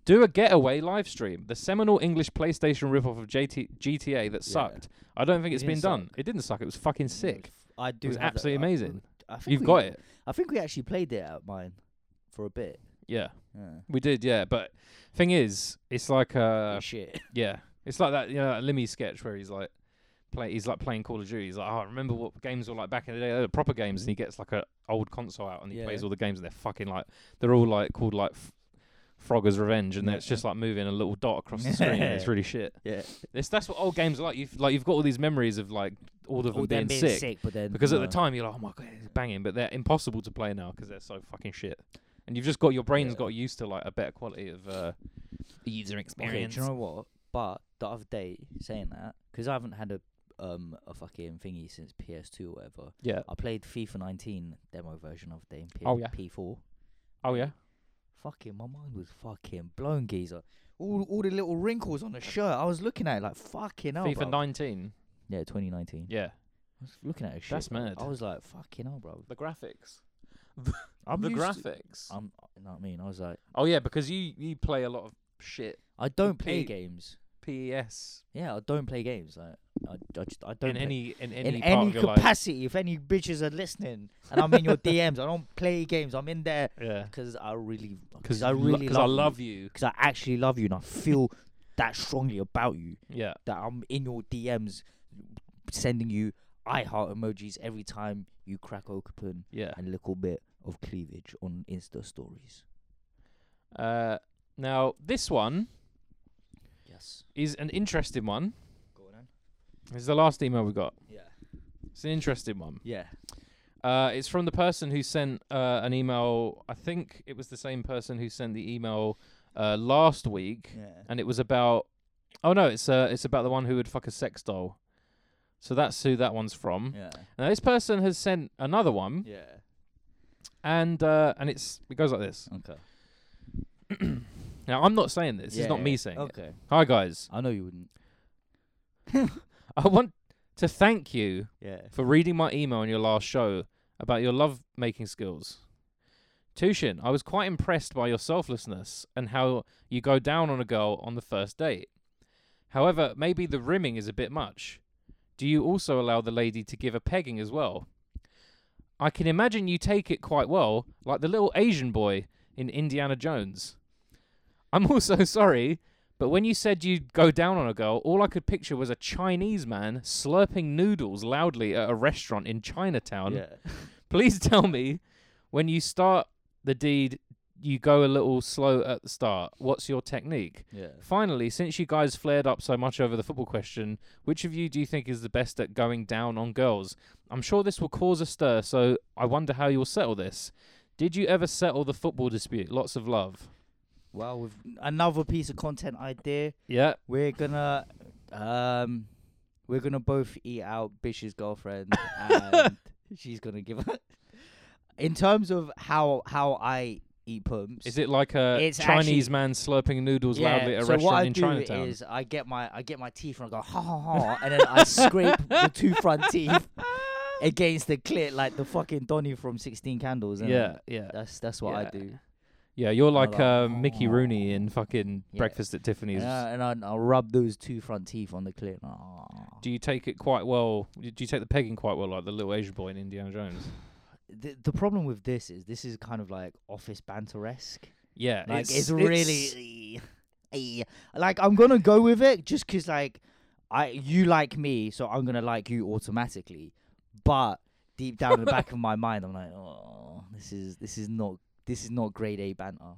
[SPEAKER 1] Do a getaway live stream. The seminal English PlayStation ripoff of JT- GTA that
[SPEAKER 2] Yeah.
[SPEAKER 1] sucked. I don't think
[SPEAKER 2] It
[SPEAKER 1] it's been
[SPEAKER 2] didn't
[SPEAKER 1] done.
[SPEAKER 2] suck.
[SPEAKER 1] It didn't suck. It was fucking sick.
[SPEAKER 2] I do.
[SPEAKER 1] It was
[SPEAKER 2] have that-
[SPEAKER 1] absolutely
[SPEAKER 2] I-
[SPEAKER 1] amazing.
[SPEAKER 2] I think
[SPEAKER 1] You've
[SPEAKER 2] we-
[SPEAKER 1] got it.
[SPEAKER 2] I think we actually played it at mine for a bit.
[SPEAKER 1] Yeah,
[SPEAKER 2] Yeah.
[SPEAKER 1] we did. Yeah, but thing is, it's like uh,
[SPEAKER 2] Oh, shit.
[SPEAKER 1] Yeah, it's like that you know that Limmy sketch where he's like play he's like playing Call of Duty. He's like, oh, I remember what games were like back in the day, they were proper games, and he gets like a old console out and he
[SPEAKER 2] Yeah.
[SPEAKER 1] plays all the games, and they're fucking like they're all like called like. F- Frogger's Revenge, and then it's
[SPEAKER 2] Yeah.
[SPEAKER 1] just like moving a little dot across the screen. and It's really shit.
[SPEAKER 2] Yeah.
[SPEAKER 1] It's, that's what old games are like. You've like you've got all these memories of like all of them
[SPEAKER 2] All
[SPEAKER 1] being,
[SPEAKER 2] them being
[SPEAKER 1] sick,
[SPEAKER 2] but then uh,
[SPEAKER 1] because at
[SPEAKER 2] no.
[SPEAKER 1] the time you're like, oh my god, it's banging, but they're impossible to play now because they're so fucking shit. And you've just got your brain's
[SPEAKER 2] Yeah.
[SPEAKER 1] got used to like a better quality of uh, user
[SPEAKER 2] Okay,
[SPEAKER 1] experience.
[SPEAKER 2] do you know what? But the other day, saying that, because I haven't had a um a fucking thingy since PS2 or whatever.
[SPEAKER 1] yeah.
[SPEAKER 2] I played FIFA 19 demo version of the in P-
[SPEAKER 1] Oh, yeah.
[SPEAKER 2] P4.
[SPEAKER 1] Oh yeah.
[SPEAKER 2] Fucking, my mind was fucking blown, geezer. All all the little wrinkles on the shirt. I was looking at it like fucking hell.
[SPEAKER 1] FIFA
[SPEAKER 2] bruv.
[SPEAKER 1] 19.
[SPEAKER 2] Yeah, 2019.
[SPEAKER 1] Yeah.
[SPEAKER 2] I was looking at it. Shit, Oh,
[SPEAKER 1] That's
[SPEAKER 2] bruv.
[SPEAKER 1] mad.
[SPEAKER 2] I was like, fucking hell, bro.
[SPEAKER 1] The graphics.
[SPEAKER 2] I'm
[SPEAKER 1] the
[SPEAKER 2] used Uh, to-
[SPEAKER 1] graphics.
[SPEAKER 2] I'm. You know what I mean? I was like,
[SPEAKER 1] oh yeah, because you you play a lot of shit.
[SPEAKER 2] I don't play
[SPEAKER 1] P- E
[SPEAKER 2] games.
[SPEAKER 1] PES
[SPEAKER 2] Yeah, I don't play games. Like, I, I just, I don't.
[SPEAKER 1] in
[SPEAKER 2] play-
[SPEAKER 1] any in any
[SPEAKER 2] in
[SPEAKER 1] part
[SPEAKER 2] any
[SPEAKER 1] of your life.
[SPEAKER 2] capacity. If any bitches are listening and I'm in your DMs, I don't play games. I'm in there
[SPEAKER 1] Yeah.
[SPEAKER 2] because I really, because
[SPEAKER 1] Because
[SPEAKER 2] I really
[SPEAKER 1] because I love you.
[SPEAKER 2] because I actually love you and I feel that strongly about you
[SPEAKER 1] Yeah.
[SPEAKER 2] that I'm in your DMs, sending you I heart emojis every time you crack open
[SPEAKER 1] Yeah.
[SPEAKER 2] a little bit of cleavage on Insta stories.
[SPEAKER 1] Uh, now this one
[SPEAKER 2] Yes.
[SPEAKER 1] is an interesting one.
[SPEAKER 2] Go on.
[SPEAKER 1] This is the last email we got.
[SPEAKER 2] Yeah.
[SPEAKER 1] It's an interesting one.
[SPEAKER 2] Yeah.
[SPEAKER 1] Uh, it's from the person who sent uh, an email. I think it was the same person who sent the email uh, last week.
[SPEAKER 2] Yeah.
[SPEAKER 1] and it was about oh no it's uh it's about the one who would fuck a sex doll so that's who that one's from
[SPEAKER 2] Yeah.
[SPEAKER 1] now this person has sent another one
[SPEAKER 2] Yeah.
[SPEAKER 1] and uh and it's it goes like this
[SPEAKER 2] Okay.
[SPEAKER 1] now i'm not saying this it's not
[SPEAKER 2] Yeah, Oh.
[SPEAKER 1] me saying it.
[SPEAKER 2] Okay.
[SPEAKER 1] hi guys
[SPEAKER 2] I know you wouldn't.
[SPEAKER 1] i want to thank you
[SPEAKER 2] Yeah.
[SPEAKER 1] for reading my email on your last show about your love making skills tushin i was quite impressed by your selflessness and how you go down on a girl on the first date however maybe the rimming is a bit much Do you also allow the lady to give a pegging as well? I can imagine you take it quite well, like the little Asian boy in Indiana Jones. I'm also sorry, but when you said you'd go down on a girl, all I could picture was a Chinese man slurping noodles loudly at a restaurant in Chinatown.
[SPEAKER 2] Yeah.
[SPEAKER 1] Please tell me when you start the deed, you go a little slow at the start. What's your technique?
[SPEAKER 2] Yeah.
[SPEAKER 1] Finally, since you guys flared up so much over the football question, which of you do you think is the best at going down on girls? I'm sure this will cause a stir, so I wonder how you'll settle this. Did you ever settle the football dispute? Lots of love.
[SPEAKER 2] Well, with another piece of content idea,
[SPEAKER 1] Yeah.
[SPEAKER 2] we're gonna um, we're gonna both eat out Bish's girlfriend, and she's gonna give. us. In terms of how how I eat pumps,
[SPEAKER 1] Is it like a
[SPEAKER 2] It's
[SPEAKER 1] Chinese
[SPEAKER 2] actually-
[SPEAKER 1] man slurping noodles
[SPEAKER 2] yeah,
[SPEAKER 1] loudly at a
[SPEAKER 2] so
[SPEAKER 1] restaurant
[SPEAKER 2] what I
[SPEAKER 1] in
[SPEAKER 2] do
[SPEAKER 1] Chinatown?
[SPEAKER 2] is I get my I get my teeth and I go ha ha ha, and then I scrape the two front teeth against the clit like the fucking Donny from Sixteen Candles. innit?
[SPEAKER 1] yeah, yeah.
[SPEAKER 2] that's that's what I
[SPEAKER 1] Yeah.
[SPEAKER 2] do.
[SPEAKER 1] Yeah, you're
[SPEAKER 2] I
[SPEAKER 1] like
[SPEAKER 2] like-
[SPEAKER 1] uh, Mickey Rooney in fucking
[SPEAKER 2] Yeah.
[SPEAKER 1] Breakfast at Tiffany's.
[SPEAKER 2] And, I, and I, I'll rub those two front teeth on the clit. Ah. and I-
[SPEAKER 1] do you take it quite well? Do you take the pegging quite well, like the little Asian boy in Indiana Jones?
[SPEAKER 2] the, the problem with this is this is kind of like office banter esque.
[SPEAKER 1] Yeah,
[SPEAKER 2] Like it's, really Eh, like I'm gonna go with it just 'cause like I you like me, so I'm gonna like you automatically. But deep down in the back of my mind, I'm like, oh, this is this is not this is not grade A banter.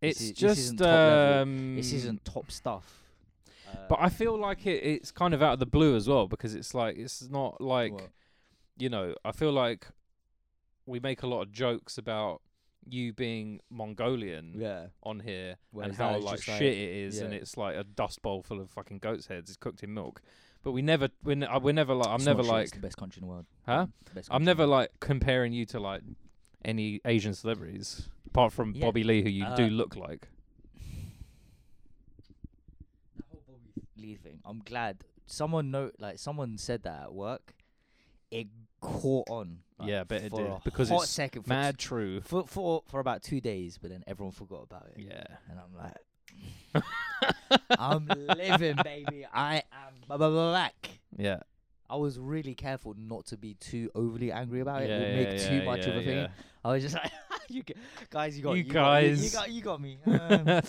[SPEAKER 2] this
[SPEAKER 1] It's
[SPEAKER 2] is- this
[SPEAKER 1] just
[SPEAKER 2] isn't top level.
[SPEAKER 1] um,
[SPEAKER 2] This isn't top stuff. Uh,
[SPEAKER 1] But I feel like it, it's kind of out of the blue as well because it's like it's not like
[SPEAKER 2] what?
[SPEAKER 1] you know. I feel like we make a lot of jokes about you being Mongolian
[SPEAKER 2] yeah,
[SPEAKER 1] on here
[SPEAKER 2] Whereas
[SPEAKER 1] and how
[SPEAKER 2] that is
[SPEAKER 1] like
[SPEAKER 2] just,
[SPEAKER 1] shit
[SPEAKER 2] like-
[SPEAKER 1] it is, and
[SPEAKER 2] yeah.
[SPEAKER 1] it's like a dust bowl full of fucking goat's heads. It's cooked in milk, but we never, we're, ne- uh, we're never like, I'm
[SPEAKER 2] It's
[SPEAKER 1] never
[SPEAKER 2] not shit, it's
[SPEAKER 1] like,
[SPEAKER 2] the best country in the world.
[SPEAKER 1] Huh?
[SPEAKER 2] Mm, the best
[SPEAKER 1] I'm
[SPEAKER 2] country in
[SPEAKER 1] never
[SPEAKER 2] the world.
[SPEAKER 1] like comparing you to like any Asian celebrities apart from
[SPEAKER 2] Yeah.
[SPEAKER 1] Bobby Lee, who you
[SPEAKER 2] Uh,
[SPEAKER 1] do look like.
[SPEAKER 2] the whole Bobby Lee thing. I'm glad someone know like someone said that at work. It caught on. like,
[SPEAKER 1] Yeah, I bet it
[SPEAKER 2] for
[SPEAKER 1] did,
[SPEAKER 2] a
[SPEAKER 1] because
[SPEAKER 2] hot
[SPEAKER 1] it's
[SPEAKER 2] second for
[SPEAKER 1] Mad true.
[SPEAKER 2] for for for about two days, but then everyone forgot about it.
[SPEAKER 1] Yeah.
[SPEAKER 2] And I'm like, I'm living, baby. I am b- b- black.
[SPEAKER 1] Yeah.
[SPEAKER 2] I was really careful not to be too overly angry
[SPEAKER 1] Yeah.
[SPEAKER 2] about it.
[SPEAKER 1] yeah,
[SPEAKER 2] or make
[SPEAKER 1] yeah,
[SPEAKER 2] too much
[SPEAKER 1] yeah,
[SPEAKER 2] of a thing.
[SPEAKER 1] yeah.
[SPEAKER 2] I was just like, you g- guys, you got
[SPEAKER 1] You
[SPEAKER 2] got- you-
[SPEAKER 1] guys.
[SPEAKER 2] you, got you got me. Um,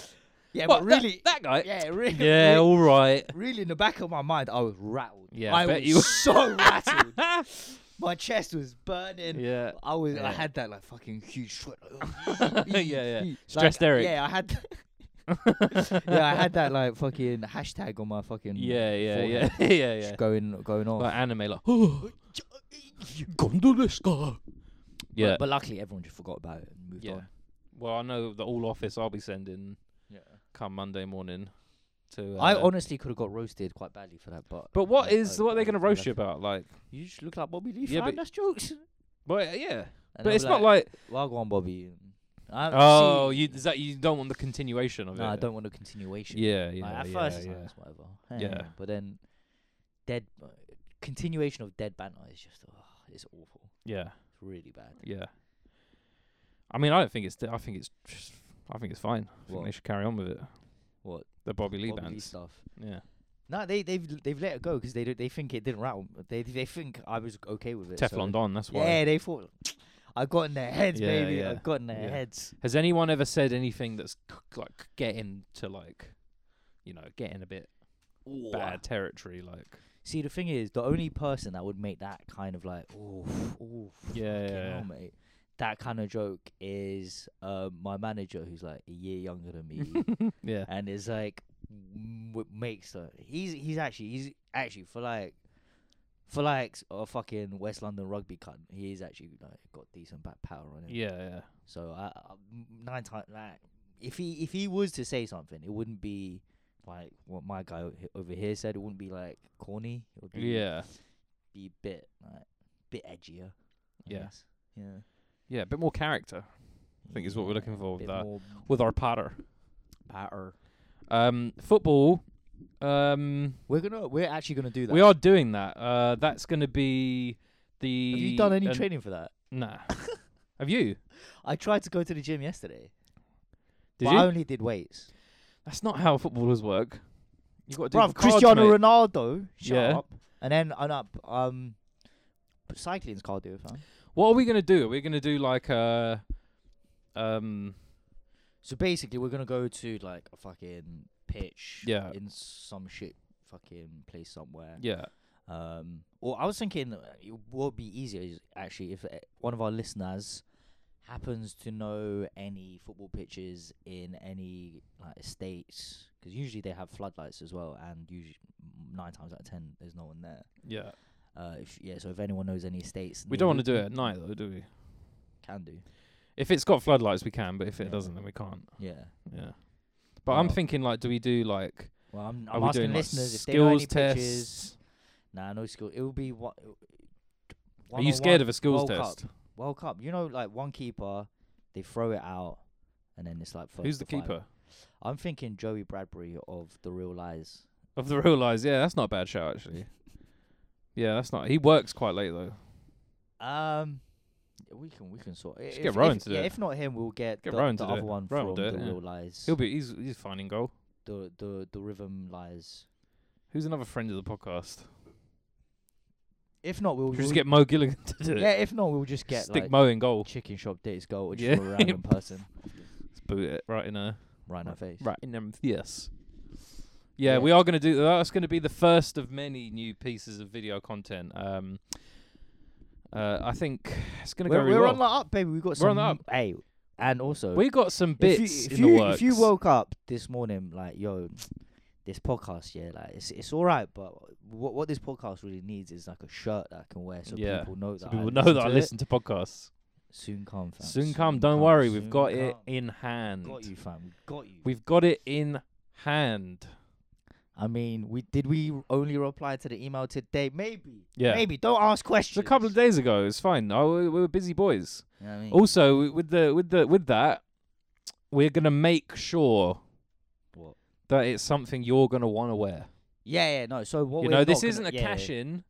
[SPEAKER 2] yeah,
[SPEAKER 1] What,
[SPEAKER 2] but
[SPEAKER 1] that-
[SPEAKER 2] really,
[SPEAKER 1] that, guy. Yeah.
[SPEAKER 2] yeah, really, really,
[SPEAKER 1] all right.
[SPEAKER 2] really, in the back of my mind, I was rattled.
[SPEAKER 1] Yeah, I
[SPEAKER 2] I
[SPEAKER 1] bet
[SPEAKER 2] was
[SPEAKER 1] you were.
[SPEAKER 2] so rattled. My chest was burning.
[SPEAKER 1] yeah.
[SPEAKER 2] I was,
[SPEAKER 1] Yeah.
[SPEAKER 2] I had that like fucking huge sweat.
[SPEAKER 1] yeah, yeah.
[SPEAKER 2] Like,
[SPEAKER 1] Stressed Eric.
[SPEAKER 2] Yeah, I had. yeah, I had that like fucking hashtag on my fucking
[SPEAKER 1] Yeah, yeah,
[SPEAKER 2] forehead
[SPEAKER 1] yeah, yeah, yeah.
[SPEAKER 2] just going going off.
[SPEAKER 1] Like anime, like oh, Gondolesca.
[SPEAKER 2] But-
[SPEAKER 1] Yeah,
[SPEAKER 2] but, luckily everyone just forgot about it and moved
[SPEAKER 1] yeah.
[SPEAKER 2] on.
[SPEAKER 1] Well, I know the all office I'll be sending
[SPEAKER 2] Yeah,
[SPEAKER 1] come Monday morning. To
[SPEAKER 2] I
[SPEAKER 1] uh,
[SPEAKER 2] honestly could have got roasted quite badly for that, but
[SPEAKER 1] But what
[SPEAKER 2] I-
[SPEAKER 1] is
[SPEAKER 2] I-
[SPEAKER 1] what are they
[SPEAKER 2] I-
[SPEAKER 1] going to
[SPEAKER 2] I
[SPEAKER 1] roast
[SPEAKER 2] left
[SPEAKER 1] you
[SPEAKER 2] it.
[SPEAKER 1] about? Like,
[SPEAKER 2] You just look like Bobby Lee.
[SPEAKER 1] Yeah,
[SPEAKER 2] Yeah,
[SPEAKER 1] but-
[SPEAKER 2] that's jokes. And uh,
[SPEAKER 1] well, yeah,
[SPEAKER 2] I'll
[SPEAKER 1] but it's
[SPEAKER 2] be
[SPEAKER 1] not like
[SPEAKER 2] well go on, Bobby. I,
[SPEAKER 1] oh,
[SPEAKER 2] see,
[SPEAKER 1] you is that you don't want the continuation of
[SPEAKER 2] No,
[SPEAKER 1] it.
[SPEAKER 2] I don't want a continuation.
[SPEAKER 1] Yeah,
[SPEAKER 2] Like,
[SPEAKER 1] yeah,
[SPEAKER 2] at
[SPEAKER 1] yeah,
[SPEAKER 2] first, it's
[SPEAKER 1] yeah.
[SPEAKER 2] like, it's whatever.
[SPEAKER 1] Yeah.
[SPEAKER 2] But then, dead continuation of dead banter is just oh, it's awful.
[SPEAKER 1] yeah,
[SPEAKER 2] It's really bad.
[SPEAKER 1] yeah. I mean, I don't think it's. I think it's. Just, I think it's fine. I think
[SPEAKER 2] What?
[SPEAKER 1] they should carry on with it.
[SPEAKER 2] What
[SPEAKER 1] The Bobby Lee
[SPEAKER 2] Bobby Lee
[SPEAKER 1] bands.
[SPEAKER 2] stuff?
[SPEAKER 1] Yeah.
[SPEAKER 2] No, they they've they've let it go because they do, they think it didn't rattle. They they think I was okay with it. so-
[SPEAKER 1] Teflon Don. That's why.
[SPEAKER 2] Yeah, they thought I got in their heads,
[SPEAKER 1] Yeah,
[SPEAKER 2] baby. I
[SPEAKER 1] yeah,
[SPEAKER 2] got in their
[SPEAKER 1] yeah.
[SPEAKER 2] heads.
[SPEAKER 1] Has anyone ever said anything that's c- like getting to like, you know, getting a bit bad territory? Like,
[SPEAKER 2] See, the thing is, the only person that would make that kind of like, oh, oh,
[SPEAKER 1] Yeah,
[SPEAKER 2] fucking
[SPEAKER 1] yeah,
[SPEAKER 2] hell, mate, that kind of joke is um, my manager, who's like a year younger than me,
[SPEAKER 1] yeah,
[SPEAKER 2] and is like m- what makes the he's he's actually he's actually for like for like s- a fucking West London rugby cunt, he's actually like got decent back power on him.
[SPEAKER 1] yeah, yeah,
[SPEAKER 2] So I, I nine times like if he if he was to say something, it wouldn't be like what my guy o- he- over here said. It wouldn't be like corny. It would be,
[SPEAKER 1] yeah,
[SPEAKER 2] be a bit like bit edgier. I
[SPEAKER 1] Yeah.
[SPEAKER 2] guess. Yeah.
[SPEAKER 1] yeah. A bit more character I think is what we're looking for with
[SPEAKER 2] bit
[SPEAKER 1] that.
[SPEAKER 2] more
[SPEAKER 1] with our Potter.
[SPEAKER 2] batter.
[SPEAKER 1] Um, football. Um,
[SPEAKER 2] We're gonna we're actually gonna do that.
[SPEAKER 1] we are doing that. Uh, that's going to be the.
[SPEAKER 2] Have you done any
[SPEAKER 1] an-
[SPEAKER 2] training for that?
[SPEAKER 1] Nah. Have you?
[SPEAKER 2] I tried to go to the gym yesterday.
[SPEAKER 1] Did
[SPEAKER 2] but
[SPEAKER 1] you?
[SPEAKER 2] I only did weights.
[SPEAKER 1] That's not how footballers work. You got to do
[SPEAKER 2] Bruv,
[SPEAKER 1] the cards,
[SPEAKER 2] Cristiano
[SPEAKER 1] mate.
[SPEAKER 2] Ronaldo. Shut
[SPEAKER 1] Yeah.
[SPEAKER 2] up. And then and up. Um, but cycling's cardio, fam.
[SPEAKER 1] What are we going to do? Are we going to do like a. Um,
[SPEAKER 2] So basically, we're gonna go to like a fucking pitch.
[SPEAKER 1] Yeah.
[SPEAKER 2] In some shit fucking place somewhere.
[SPEAKER 1] yeah.
[SPEAKER 2] Um. Or I was thinking uh, it would be easier is actually if uh, one of our listeners happens to know any football pitches in any like estates, because usually they have floodlights as well, and usually nine times out of ten there's no one there.
[SPEAKER 1] Yeah.
[SPEAKER 2] Uh, if yeah, so if anyone knows any estates,
[SPEAKER 1] We don't want to do it at night though, do we?
[SPEAKER 2] Can do.
[SPEAKER 1] If it's got floodlights, we can. But if it
[SPEAKER 2] Yeah.
[SPEAKER 1] doesn't, then we can't.
[SPEAKER 2] Yeah.
[SPEAKER 1] Yeah. But I'm
[SPEAKER 2] Well-
[SPEAKER 1] thinking like, do we do like?
[SPEAKER 2] Well, I'm,
[SPEAKER 1] Are
[SPEAKER 2] I'm
[SPEAKER 1] we
[SPEAKER 2] asking
[SPEAKER 1] doing like
[SPEAKER 2] listeners if they know
[SPEAKER 1] skills
[SPEAKER 2] any
[SPEAKER 1] tests?
[SPEAKER 2] pitches. Nah, no skill. It will be what.
[SPEAKER 1] Are you scared of a skills
[SPEAKER 2] World
[SPEAKER 1] test?
[SPEAKER 2] World Cup? You know, like one keeper, they throw it out, and then it's like. First
[SPEAKER 1] Who's the
[SPEAKER 2] to five.
[SPEAKER 1] keeper
[SPEAKER 2] I'm thinking Joey Bradbury of the Real Lies.
[SPEAKER 1] of the real lies? Yeah, that's not a bad show actually. yeah, that's not. He works quite late though.
[SPEAKER 2] Um, we can we can sort. Just
[SPEAKER 1] get Rowan
[SPEAKER 2] if,
[SPEAKER 1] to do
[SPEAKER 2] yeah,
[SPEAKER 1] it.
[SPEAKER 2] If not him, we'll get,
[SPEAKER 1] Get
[SPEAKER 2] the,
[SPEAKER 1] Rowan
[SPEAKER 2] the
[SPEAKER 1] to do
[SPEAKER 2] other
[SPEAKER 1] it.
[SPEAKER 2] one
[SPEAKER 1] Rowan will
[SPEAKER 2] from
[SPEAKER 1] do it,
[SPEAKER 2] the
[SPEAKER 1] yeah.
[SPEAKER 2] Real Lies.
[SPEAKER 1] He'll be. He's he's finding goal.
[SPEAKER 2] the the the Rhythm Lies.
[SPEAKER 1] Who's another friend of the podcast?
[SPEAKER 2] If not, we'll
[SPEAKER 1] Should we just
[SPEAKER 2] we'll-
[SPEAKER 1] get Mo Gilligan to do it?
[SPEAKER 2] Yeah, if not, we'll just get
[SPEAKER 1] Stick
[SPEAKER 2] like
[SPEAKER 1] Mo in goal.
[SPEAKER 2] chicken shop dates go or just
[SPEAKER 1] Yeah.
[SPEAKER 2] a random person
[SPEAKER 1] Just boot it right in a
[SPEAKER 2] right in our face.
[SPEAKER 1] right in them. Yes. Yeah,
[SPEAKER 2] Yeah.
[SPEAKER 1] we are going to do that's going to be the first of many new pieces of video content. Um, uh, I think it's going to go
[SPEAKER 2] We're,
[SPEAKER 1] really
[SPEAKER 2] we're
[SPEAKER 1] well.
[SPEAKER 2] on the up, baby. We got some.
[SPEAKER 1] We're on the up.
[SPEAKER 2] Hey, and also
[SPEAKER 1] We got some bits
[SPEAKER 2] if you, if
[SPEAKER 1] in
[SPEAKER 2] you,
[SPEAKER 1] the works.
[SPEAKER 2] If you woke up this morning like yo, this podcast, yeah, like it's it's all right, but what what this podcast really needs is like a shirt that I can wear so
[SPEAKER 1] Yeah,
[SPEAKER 2] people know that.
[SPEAKER 1] so
[SPEAKER 2] I
[SPEAKER 1] people know that I
[SPEAKER 2] to it.
[SPEAKER 1] listen to podcasts.
[SPEAKER 2] Soon come, fam.
[SPEAKER 1] Soon come, don't worry, we've
[SPEAKER 2] soon
[SPEAKER 1] got it
[SPEAKER 2] come.
[SPEAKER 1] in hand.
[SPEAKER 2] Got you, fam. we Got you.
[SPEAKER 1] We've got it in hand.
[SPEAKER 2] I mean, we did we only reply to the email today? Maybe.
[SPEAKER 1] Yeah.
[SPEAKER 2] Maybe. Don't ask questions.
[SPEAKER 1] It's a couple of days ago. It's fine. Oh, we we were busy boys.
[SPEAKER 2] You know what I mean?
[SPEAKER 1] Also, with the with the with that, we're gonna make sure
[SPEAKER 2] What?
[SPEAKER 1] that it's something you're gonna want to wear.
[SPEAKER 2] Yeah, yeah, no. So what
[SPEAKER 1] you
[SPEAKER 2] we're
[SPEAKER 1] know, this
[SPEAKER 2] not gonna-
[SPEAKER 1] isn't a
[SPEAKER 2] yeah, yeah.
[SPEAKER 1] cash in.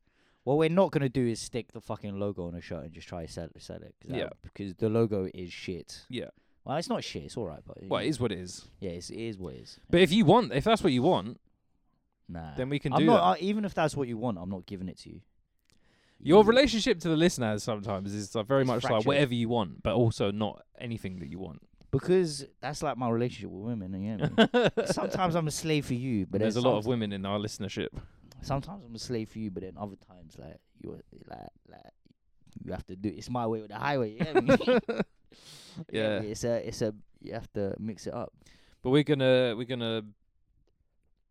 [SPEAKER 2] What we're not gonna do is stick the fucking logo on a shirt and just try to sell sell it. Cause that-
[SPEAKER 1] Yeah.
[SPEAKER 2] Because the logo is shit.
[SPEAKER 1] Yeah.
[SPEAKER 2] Well, it's not shit. It's all right, but
[SPEAKER 1] Well, it is what it is.
[SPEAKER 2] yeah, it's, it is what it is.
[SPEAKER 1] But if you want, if that's what you want,
[SPEAKER 2] nah,
[SPEAKER 1] then we can
[SPEAKER 2] I'm
[SPEAKER 1] do
[SPEAKER 2] not.
[SPEAKER 1] that.
[SPEAKER 2] uh, even if that's what you want, I'm not giving it to you.
[SPEAKER 1] Your
[SPEAKER 2] You-
[SPEAKER 1] relationship to the listeners sometimes is like very
[SPEAKER 2] It's
[SPEAKER 1] much like
[SPEAKER 2] fractured.
[SPEAKER 1] whatever you want, but also not anything that you want.
[SPEAKER 2] because that's like my relationship with women. You know what I mean? Mm. sometimes I'm a slave for you, but
[SPEAKER 1] But there's a
[SPEAKER 2] then
[SPEAKER 1] lot of
[SPEAKER 2] somet-
[SPEAKER 1] women in our listenership.
[SPEAKER 2] Sometimes I'm a slave for you, but then other times, like you, like, like you have to do. It's my way or the highway. You know what I mean?
[SPEAKER 1] Yeah.
[SPEAKER 2] It's a, it's a. You have to mix it up.
[SPEAKER 1] But we're gonna we're gonna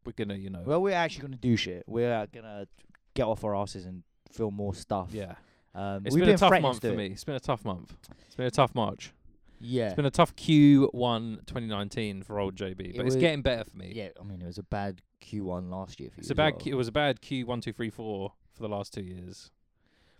[SPEAKER 1] we're gonna, you know
[SPEAKER 2] Well, we're actually gonna do shit. We're gonna get off our asses and film more stuff.
[SPEAKER 1] Yeah.
[SPEAKER 2] Um,
[SPEAKER 1] It's
[SPEAKER 2] we've
[SPEAKER 1] been a tough
[SPEAKER 2] threatening
[SPEAKER 1] month
[SPEAKER 2] to
[SPEAKER 1] for
[SPEAKER 2] do
[SPEAKER 1] me.
[SPEAKER 2] it.
[SPEAKER 1] It's been a tough month. It's been a tough March.
[SPEAKER 2] Yeah.
[SPEAKER 1] It's been a tough Q1 2019 for old JB, but
[SPEAKER 2] It
[SPEAKER 1] it's
[SPEAKER 2] was-
[SPEAKER 1] getting better for me.
[SPEAKER 2] yeah. I mean, it was a bad Q1 last year for you.
[SPEAKER 1] It's
[SPEAKER 2] as
[SPEAKER 1] a bad.
[SPEAKER 2] well.
[SPEAKER 1] Q, it was a bad Q one two three four for the last two years,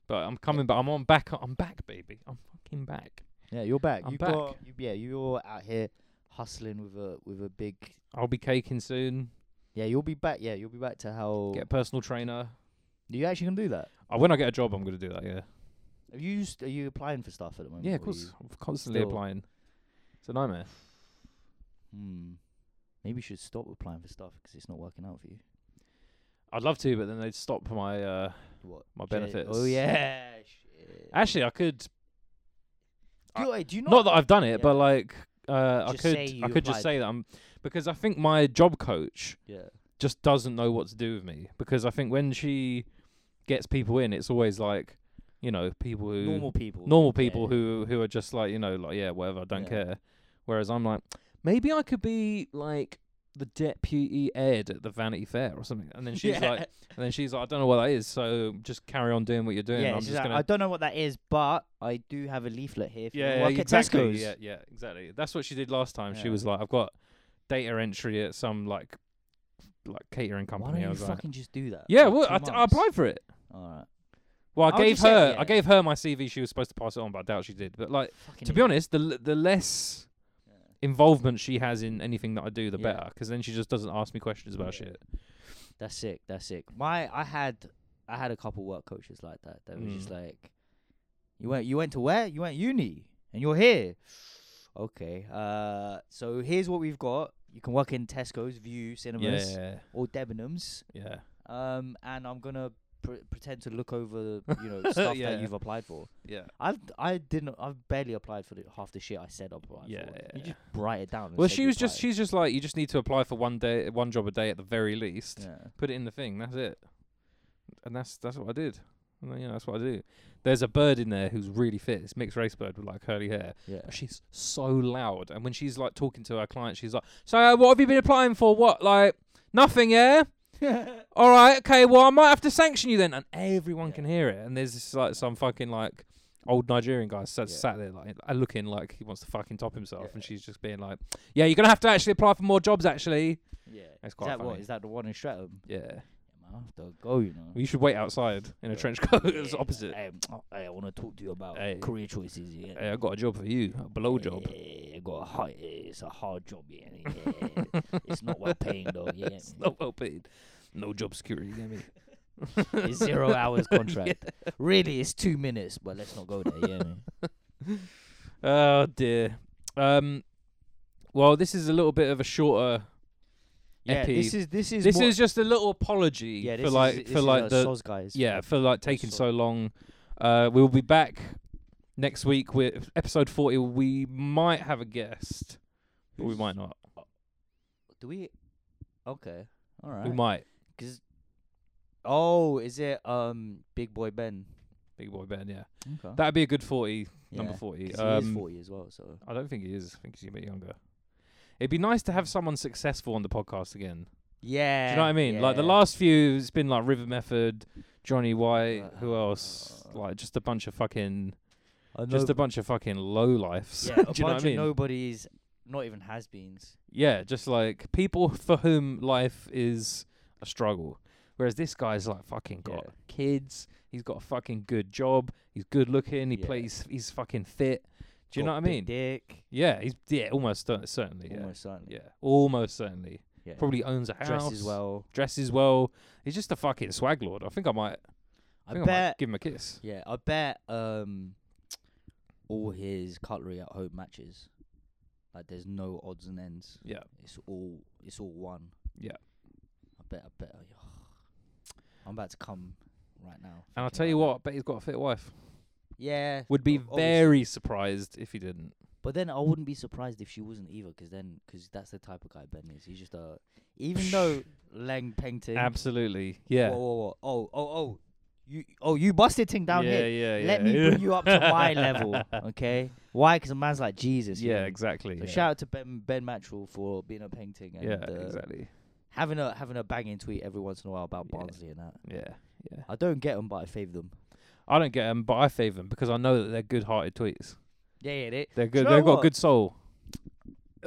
[SPEAKER 1] but I'm coming. But I'm on back. I'm back, baby. I'm fucking back.
[SPEAKER 2] Yeah, you're back.
[SPEAKER 1] I'm
[SPEAKER 2] you
[SPEAKER 1] back.
[SPEAKER 2] Got, you, yeah, you're out here hustling with a with a big.
[SPEAKER 1] I'll be caking soon.
[SPEAKER 2] Yeah, you'll be back. Yeah, you'll be back to how.
[SPEAKER 1] Get a personal trainer.
[SPEAKER 2] Are you actually gonna do that?
[SPEAKER 1] Uh, when I get a job, I'm gonna do that. Yeah.
[SPEAKER 2] Are you st- are you applying for stuff at the moment?
[SPEAKER 1] Yeah, of
[SPEAKER 2] or
[SPEAKER 1] course.
[SPEAKER 2] you-
[SPEAKER 1] I'm constantly
[SPEAKER 2] still-
[SPEAKER 1] applying. It's a nightmare.
[SPEAKER 2] Hmm. Maybe you should stop applying for stuff because it's not working out for you.
[SPEAKER 1] I'd love to, but then they'd stop my. Uh,
[SPEAKER 2] What?
[SPEAKER 1] My
[SPEAKER 2] J-
[SPEAKER 1] benefits.
[SPEAKER 2] Oh yeah. Shit.
[SPEAKER 1] actually, I could. I-
[SPEAKER 2] do, you- do you
[SPEAKER 1] Not,
[SPEAKER 2] not?
[SPEAKER 1] that I've done it,
[SPEAKER 2] Yeah.
[SPEAKER 1] but like, uh, I
[SPEAKER 2] Just
[SPEAKER 1] could.
[SPEAKER 2] say
[SPEAKER 1] I
[SPEAKER 2] you
[SPEAKER 1] could just
[SPEAKER 2] applied.
[SPEAKER 1] say that I'm because I think my job coach
[SPEAKER 2] yeah.
[SPEAKER 1] just doesn't know what to do with me because I think when she gets people in, it's always like, you know, people who
[SPEAKER 2] Normal people.
[SPEAKER 1] normal people
[SPEAKER 2] yeah.
[SPEAKER 1] who who are just like you know like yeah whatever I don't
[SPEAKER 2] Yeah.
[SPEAKER 1] care. Whereas I'm like maybe I could be like the deputy Ed at the Vanity Fair or something. And then she's
[SPEAKER 2] Yeah.
[SPEAKER 1] like, and then she's like, I don't know what that is, so just carry on doing what you're doing.
[SPEAKER 2] Yeah,
[SPEAKER 1] I'm
[SPEAKER 2] she's
[SPEAKER 1] just
[SPEAKER 2] like,
[SPEAKER 1] gonna.
[SPEAKER 2] I don't know what that is, but I do have a leaflet here. If you
[SPEAKER 1] yeah,
[SPEAKER 2] wanna
[SPEAKER 1] yeah,
[SPEAKER 2] work at
[SPEAKER 1] exactly.
[SPEAKER 2] Tesco's.
[SPEAKER 1] Yeah, yeah, exactly. That's what she did last time. She
[SPEAKER 2] Yeah.
[SPEAKER 1] was like, I've got data entry at some like like catering
[SPEAKER 2] Why
[SPEAKER 1] company.
[SPEAKER 2] don't
[SPEAKER 1] I
[SPEAKER 2] you
[SPEAKER 1] was like,
[SPEAKER 2] fucking just do that?
[SPEAKER 1] yeah,
[SPEAKER 2] for
[SPEAKER 1] well,
[SPEAKER 2] two
[SPEAKER 1] I, t- I
[SPEAKER 2] months?
[SPEAKER 1] applied for it.
[SPEAKER 2] All right.
[SPEAKER 1] Well, I
[SPEAKER 2] Oh,
[SPEAKER 1] gave
[SPEAKER 2] just say-
[SPEAKER 1] her, I
[SPEAKER 2] yeah.
[SPEAKER 1] gave her my CV. She was supposed to pass it on, but I doubt she did. But like,
[SPEAKER 2] Fucking
[SPEAKER 1] to be
[SPEAKER 2] idiot.
[SPEAKER 1] honest, the l- the less
[SPEAKER 2] Yeah.
[SPEAKER 1] involvement she has in anything that I do, the
[SPEAKER 2] Yeah.
[SPEAKER 1] better. 'Cause then she just doesn't ask me questions about
[SPEAKER 2] Yeah.
[SPEAKER 1] shit.
[SPEAKER 2] That's sick. That's sick. My I had I had a couple work coaches like that. That was just
[SPEAKER 1] Mm.
[SPEAKER 2] like, you went you went to where? You went uni, and you're here. Okay. Uh, so here's what we've got. You can work in Tesco's, View,
[SPEAKER 1] Yeah,
[SPEAKER 2] Cinemas,
[SPEAKER 1] yeah,
[SPEAKER 2] or Debenhams.
[SPEAKER 1] yeah.
[SPEAKER 2] Um, and I'm gonna pr- pretend to look over you know stuff
[SPEAKER 1] Yeah.
[SPEAKER 2] that you've applied for.
[SPEAKER 1] yeah.
[SPEAKER 2] I I didn't. I've barely applied for the, half the shit I said I applied
[SPEAKER 1] Yeah,
[SPEAKER 2] for.
[SPEAKER 1] yeah,
[SPEAKER 2] You
[SPEAKER 1] yeah.
[SPEAKER 2] just write it down. and
[SPEAKER 1] Well,
[SPEAKER 2] say
[SPEAKER 1] she
[SPEAKER 2] you
[SPEAKER 1] was just,
[SPEAKER 2] applied.
[SPEAKER 1] she's just like, you just need to apply for one day, one job a day at the very least.
[SPEAKER 2] Yeah.
[SPEAKER 1] Put it in the thing. That's it. And that's that's what I did. Well, yeah, that's what I do. There's a bird in there who's really fit. It's mixed race bird with like curly hair.
[SPEAKER 2] Yeah.
[SPEAKER 1] She's so loud, and when she's like talking to her client, she's like, "So, uh, what have you been applying for? What like nothing? Yeah. All right, okay. Well, I might have to sanction you then." And everyone
[SPEAKER 2] Yeah.
[SPEAKER 1] can hear it. And there's this, like some fucking like old Nigerian guy sat,
[SPEAKER 2] Yeah.
[SPEAKER 1] sat there like uh, looking like he wants to fucking top himself,
[SPEAKER 2] Yeah.
[SPEAKER 1] and she's just being like, "Yeah, you're gonna have to actually apply for more jobs, actually."
[SPEAKER 2] yeah.
[SPEAKER 1] That's
[SPEAKER 2] That's
[SPEAKER 1] quite
[SPEAKER 2] quite is that what?
[SPEAKER 1] funny.
[SPEAKER 2] Is that the one in Stratham?
[SPEAKER 1] Yeah.
[SPEAKER 2] Yeah, man, I have to go. You know.
[SPEAKER 1] Well, you should wait outside in a
[SPEAKER 2] Yeah.
[SPEAKER 1] trench coat.
[SPEAKER 2] Yeah,
[SPEAKER 1] it's
[SPEAKER 2] yeah,
[SPEAKER 1] opposite.
[SPEAKER 2] Hey, oh, hey, I want to talk to you about
[SPEAKER 1] Hey.
[SPEAKER 2] career choices. Yeah.
[SPEAKER 1] Hey, I got a job for you, a blow job.
[SPEAKER 2] Yeah, I got a hard, it's a hard job. Yeah, yeah. it's not well paying though. Yeah,
[SPEAKER 1] It's not well paid. No job security, you get me?
[SPEAKER 2] it's zero hours contract. Really, it's two minutes, but let's not go there. Yeah,
[SPEAKER 1] Oh dear. Um. Well, this is a little bit of a shorter.
[SPEAKER 2] yeah.
[SPEAKER 1] Epi.
[SPEAKER 2] This is this is
[SPEAKER 1] This
[SPEAKER 2] more-
[SPEAKER 1] is just a little apology
[SPEAKER 2] yeah. This
[SPEAKER 1] for
[SPEAKER 2] is,
[SPEAKER 1] like
[SPEAKER 2] this
[SPEAKER 1] for
[SPEAKER 2] is,
[SPEAKER 1] like
[SPEAKER 2] uh,
[SPEAKER 1] the
[SPEAKER 2] Soz guys.
[SPEAKER 1] yeah for like taking
[SPEAKER 2] Soz.
[SPEAKER 1] so long. Uh, we'll be back next week with episode forty. We might have a guest, but we
[SPEAKER 2] Who's-
[SPEAKER 1] might not.
[SPEAKER 2] Do we? Okay. All
[SPEAKER 1] We
[SPEAKER 2] right.
[SPEAKER 1] might.
[SPEAKER 2] Cause oh, is it um Big Boy Ben?
[SPEAKER 1] Big boy Ben, yeah.
[SPEAKER 2] Okay.
[SPEAKER 1] That'd be a good forty, number
[SPEAKER 2] Yeah,
[SPEAKER 1] forty.
[SPEAKER 2] 'cause he
[SPEAKER 1] Um,
[SPEAKER 2] is forty as well. So
[SPEAKER 1] I don't think he is. I think he's a bit younger. It'd be nice to have someone successful on the podcast again.
[SPEAKER 2] yeah.
[SPEAKER 1] Do you know what I mean? Like the
[SPEAKER 2] yeah.
[SPEAKER 1] last few, it's been like River Method, Johnny White, who else?
[SPEAKER 2] Uh,
[SPEAKER 1] Like just a bunch of fucking,
[SPEAKER 2] I
[SPEAKER 1] just
[SPEAKER 2] know-
[SPEAKER 1] a bunch of fucking low lifes.
[SPEAKER 2] yeah,
[SPEAKER 1] Do
[SPEAKER 2] a bunch
[SPEAKER 1] you know what I
[SPEAKER 2] of
[SPEAKER 1] mean?
[SPEAKER 2] nobodies, not even has beens.
[SPEAKER 1] yeah, just like people for whom life is a struggle. Whereas this guy's like fucking got
[SPEAKER 2] Yeah.
[SPEAKER 1] kids. He's got a fucking good job. He's good looking. He
[SPEAKER 2] Yeah.
[SPEAKER 1] plays. He's fucking fit. Do you know what I mean?
[SPEAKER 2] Dick.
[SPEAKER 1] Yeah, he's yeah, almost cer- certainly. Yeah,
[SPEAKER 2] Almost certainly.
[SPEAKER 1] yeah, almost certainly.
[SPEAKER 2] Yeah.
[SPEAKER 1] Probably owns a house.
[SPEAKER 2] dresses well.
[SPEAKER 1] dresses well. He's just a fucking swag lord. I think I might. I, think I
[SPEAKER 2] I,
[SPEAKER 1] might
[SPEAKER 2] bet.
[SPEAKER 1] give him a kiss.
[SPEAKER 2] yeah, I bet. Um, all his cutlery at home matches. Like there's no odds and ends.
[SPEAKER 1] Yeah.
[SPEAKER 2] It's all it's all one.
[SPEAKER 1] Yeah.
[SPEAKER 2] I bet. I bet. I'm about to come right now.
[SPEAKER 1] And I'll
[SPEAKER 2] thinking
[SPEAKER 1] tell you
[SPEAKER 2] about
[SPEAKER 1] what, I bet he's got a fit wife.
[SPEAKER 2] that. Yeah.
[SPEAKER 1] Would be
[SPEAKER 2] ob- obviously.
[SPEAKER 1] very surprised if he didn't.
[SPEAKER 2] But then I wouldn't be surprised if she wasn't either, because then because that's the type of guy Ben is. He's just a. Even though Lang Peng Ting.
[SPEAKER 1] Absolutely. Yeah.
[SPEAKER 2] Whoa, whoa, whoa. Oh, oh, oh. You, oh, you busted Ting down
[SPEAKER 1] yeah,
[SPEAKER 2] here.
[SPEAKER 1] Yeah, yeah,
[SPEAKER 2] Let me bring you up to my level, okay? Why? Because a man's like Jesus. you
[SPEAKER 1] Yeah,
[SPEAKER 2] know?
[SPEAKER 1] exactly.
[SPEAKER 2] So
[SPEAKER 1] yeah.
[SPEAKER 2] shout out to Ben Ben Matchell for being a painting and
[SPEAKER 1] Yeah,
[SPEAKER 2] uh,
[SPEAKER 1] exactly.
[SPEAKER 2] having a having a banging tweet every once in a while about
[SPEAKER 1] Yeah.
[SPEAKER 2] Barnsley and that.
[SPEAKER 1] Yeah, yeah.
[SPEAKER 2] I don't get them, but I favour them.
[SPEAKER 1] I don't get them, but I favour them because I know that they're good-hearted tweets.
[SPEAKER 2] Yeah, yeah. They,
[SPEAKER 1] They're
[SPEAKER 2] you
[SPEAKER 1] good.
[SPEAKER 2] know
[SPEAKER 1] They've got
[SPEAKER 2] what?
[SPEAKER 1] good soul.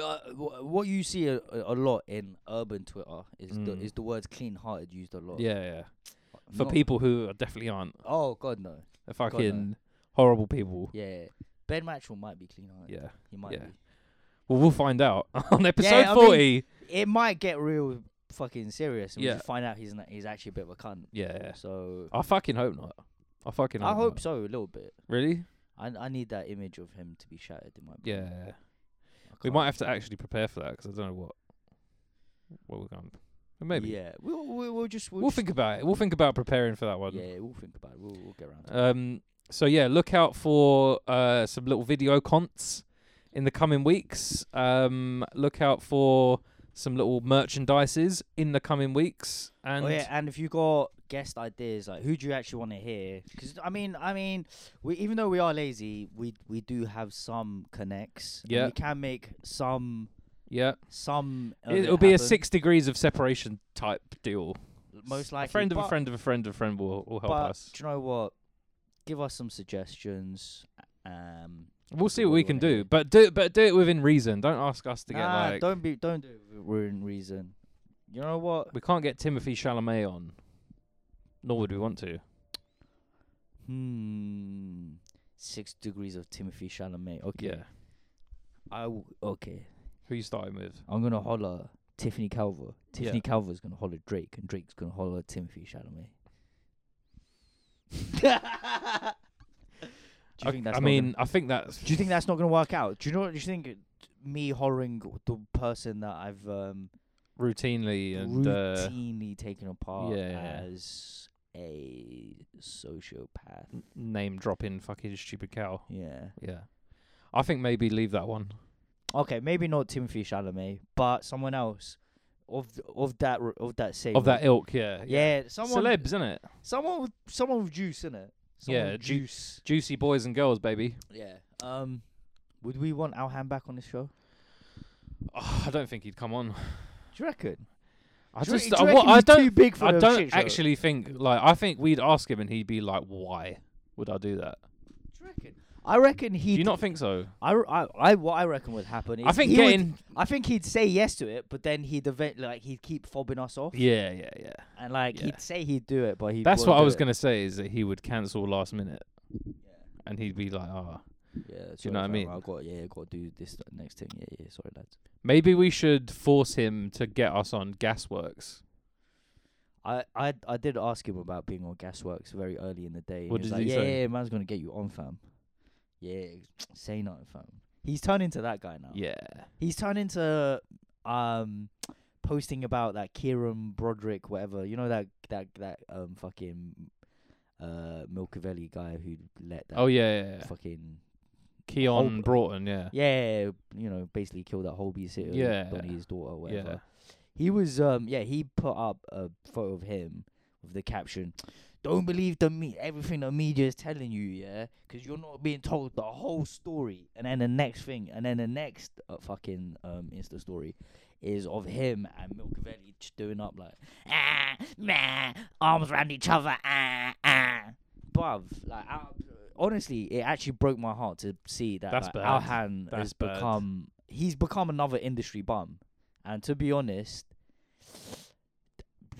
[SPEAKER 2] uh, wh- what you see a, a a lot in urban Twitter is the
[SPEAKER 1] Mm.
[SPEAKER 2] is the words "clean hearted" used a lot.
[SPEAKER 1] Yeah, yeah. For
[SPEAKER 2] Not-
[SPEAKER 1] people who are definitely aren't,
[SPEAKER 2] Oh God, no.
[SPEAKER 1] they're
[SPEAKER 2] God, no.
[SPEAKER 1] fucking horrible people.
[SPEAKER 2] Yeah, Ben Matchell might be clean hearted.
[SPEAKER 1] Yeah.
[SPEAKER 2] He might
[SPEAKER 1] yeah.
[SPEAKER 2] be.
[SPEAKER 1] Well, we'll find out on episode
[SPEAKER 2] I mean-
[SPEAKER 1] forty.
[SPEAKER 2] It might get real fucking serious, and we
[SPEAKER 1] Yeah.
[SPEAKER 2] just find out he's not, he's actually a bit of a cunt.
[SPEAKER 1] yeah, yeah.
[SPEAKER 2] So
[SPEAKER 1] I fucking hope not. I fucking. Hope
[SPEAKER 2] I hope
[SPEAKER 1] not.
[SPEAKER 2] so a little bit.
[SPEAKER 1] Really?
[SPEAKER 2] I I need that image of him to be shattered in my brain.
[SPEAKER 1] Yeah.
[SPEAKER 2] I
[SPEAKER 1] We
[SPEAKER 2] can't-
[SPEAKER 1] might have to actually prepare for that 'cause I don't know what what we're going. To, maybe
[SPEAKER 2] Yeah, we'll we'll, we'll just we'll,
[SPEAKER 1] we'll
[SPEAKER 2] just-
[SPEAKER 1] think about it. We'll think about preparing for that one.
[SPEAKER 2] Yeah, we'll think about it. We'll, we'll get around. To it.
[SPEAKER 1] Um. So yeah, look out for uh some little video cons in the coming weeks. Um. Look out for some little merchandises in the coming weeks. And
[SPEAKER 2] oh yeah, and if you got guest ideas, like who do you actually want to hear? Because I mean, I mean, we even though we are lazy, we we do have some connects. and
[SPEAKER 1] Yeah.
[SPEAKER 2] we can make some
[SPEAKER 1] yeah,
[SPEAKER 2] some. of
[SPEAKER 1] it,
[SPEAKER 2] it
[SPEAKER 1] will be a
[SPEAKER 2] happen,
[SPEAKER 1] six degrees of separation type deal.
[SPEAKER 2] most
[SPEAKER 1] like
[SPEAKER 2] likely.
[SPEAKER 1] a friend of
[SPEAKER 2] but-
[SPEAKER 1] a friend of a friend of a friend will will help
[SPEAKER 2] but
[SPEAKER 1] us.
[SPEAKER 2] do you know what? Give us some suggestions. Um,
[SPEAKER 1] We'll see what
[SPEAKER 2] what
[SPEAKER 1] we
[SPEAKER 2] you
[SPEAKER 1] can
[SPEAKER 2] wanna
[SPEAKER 1] do,
[SPEAKER 2] hear.
[SPEAKER 1] but do but do it within reason. Don't ask us to get
[SPEAKER 2] nah,
[SPEAKER 1] like
[SPEAKER 2] don't be, don't do it with ruin reason. You know what?
[SPEAKER 1] we can't get Timothy Chalamet on, nor would we want to.
[SPEAKER 2] Hmm. Six degrees of Timothy Chalamet. Okay.
[SPEAKER 1] Yeah,
[SPEAKER 2] I w- okay.
[SPEAKER 1] who you starting with?
[SPEAKER 2] I'm gonna holler Tiffany Calver.
[SPEAKER 1] Yeah.
[SPEAKER 2] Tiffany Calver's gonna holler Drake, and Drake's gonna holler Timothy Chalamet. Do you
[SPEAKER 1] I,
[SPEAKER 2] think that's?
[SPEAKER 1] I
[SPEAKER 2] not
[SPEAKER 1] mean,
[SPEAKER 2] gonna,
[SPEAKER 1] I think that's.
[SPEAKER 2] do you think that's not gonna work out? Do you know? Do you think it- me hollering the person that I've um,
[SPEAKER 1] routinely and uh,
[SPEAKER 2] routinely taken apart
[SPEAKER 1] yeah.
[SPEAKER 2] as a sociopath?
[SPEAKER 1] n- name dropping fucking stupid cow?
[SPEAKER 2] Yeah.
[SPEAKER 1] Yeah, I think maybe leave that one.
[SPEAKER 2] Okay, maybe not Timothy Chalamet, but someone else. of th- of that r- of that same
[SPEAKER 1] of that ilk. Yeah,
[SPEAKER 2] Yeah, someone
[SPEAKER 1] Celebs, isn't it?
[SPEAKER 2] someone with someone with juice in it. Someone
[SPEAKER 1] Yeah,
[SPEAKER 2] with
[SPEAKER 1] ju-
[SPEAKER 2] juice.
[SPEAKER 1] Juicy boys and girls, baby.
[SPEAKER 2] yeah. Um, would we want Alhan back on the show?
[SPEAKER 1] Oh, I don't think he'd come on.
[SPEAKER 2] Do you reckon?
[SPEAKER 1] I
[SPEAKER 2] Do you re-
[SPEAKER 1] just,
[SPEAKER 2] do you
[SPEAKER 1] I, wa-
[SPEAKER 2] reckon
[SPEAKER 1] I
[SPEAKER 2] he's
[SPEAKER 1] don't,
[SPEAKER 2] too big for
[SPEAKER 1] I
[SPEAKER 2] the
[SPEAKER 1] don't
[SPEAKER 2] shit show?
[SPEAKER 1] actually think like I think we'd ask him and he'd be like, "Why would I do that?"
[SPEAKER 2] Do you reckon? I reckon
[SPEAKER 1] Do
[SPEAKER 2] he.
[SPEAKER 1] you not think so?
[SPEAKER 2] I, r- I, I, what I reckon would happen. Is
[SPEAKER 1] I think
[SPEAKER 2] he would-
[SPEAKER 1] getting
[SPEAKER 2] I think he'd say yes to it, but then he'd event like he'd keep fobbing us off,
[SPEAKER 1] yeah, yeah, yeah.
[SPEAKER 2] and like
[SPEAKER 1] yeah.
[SPEAKER 2] he'd say he'd do it, but he.
[SPEAKER 1] That's what I was gonna say is that he would cancel last minute and he'd be like, "Ah,
[SPEAKER 2] Yeah,
[SPEAKER 1] Do you know what I mean?
[SPEAKER 2] I got yeah, I got to do this next thing. Yeah, yeah. Sorry, lads.
[SPEAKER 1] maybe we should force him to get us on Gasworks."
[SPEAKER 2] I, I I did ask him about being on Gasworks very early in the day. and
[SPEAKER 1] What
[SPEAKER 2] he was
[SPEAKER 1] did
[SPEAKER 2] like,
[SPEAKER 1] he
[SPEAKER 2] yeah,
[SPEAKER 1] say?
[SPEAKER 2] yeah, man's gonna get you on, fam. Yeah, say nothing, fam. He's turned into that guy now.
[SPEAKER 1] Yeah,
[SPEAKER 2] He's turned into um posting about that Kieran Broderick, whatever. You know that that that um fucking uh Milcavelli guy who let that
[SPEAKER 1] Oh yeah, yeah, yeah.
[SPEAKER 2] fucking
[SPEAKER 1] Keon
[SPEAKER 2] Hold-
[SPEAKER 1] Broughton. Yeah.
[SPEAKER 2] yeah, you know, basically killed that whole sitter,
[SPEAKER 1] Yeah.
[SPEAKER 2] Donnie's daughter, whatever.
[SPEAKER 1] Yeah.
[SPEAKER 2] He was um yeah, he put up a photo of him with the caption, "Don't believe the me everything the media is telling you, yeah, because you're not being told the whole story." And then the next thing, and then the next uh, fucking um Insta story is of him and Milcavelli just doing up like ah meh, arms round each other ah ah. Bruv, like I, honestly, it actually broke my heart to see that
[SPEAKER 1] That's
[SPEAKER 2] like,
[SPEAKER 1] bad.
[SPEAKER 2] Alhan
[SPEAKER 1] That's
[SPEAKER 2] has
[SPEAKER 1] bad.
[SPEAKER 2] become he's become another industry bum. And to be honest,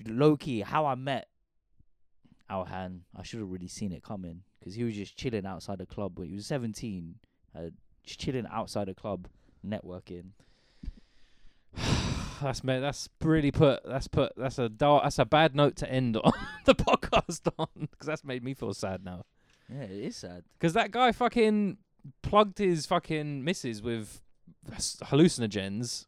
[SPEAKER 2] low key, how I met Alhan, I should have really seen it coming because he was just chilling outside the club when he was 17, uh, just chilling outside the club, networking.
[SPEAKER 1] That's mate. That's really put. That's put. That's a dark. That's a bad note to end on the podcast on because that's made me feel sad now.
[SPEAKER 2] Yeah, it is sad.
[SPEAKER 1] Because that guy fucking plugged his fucking missus with s- hallucinogens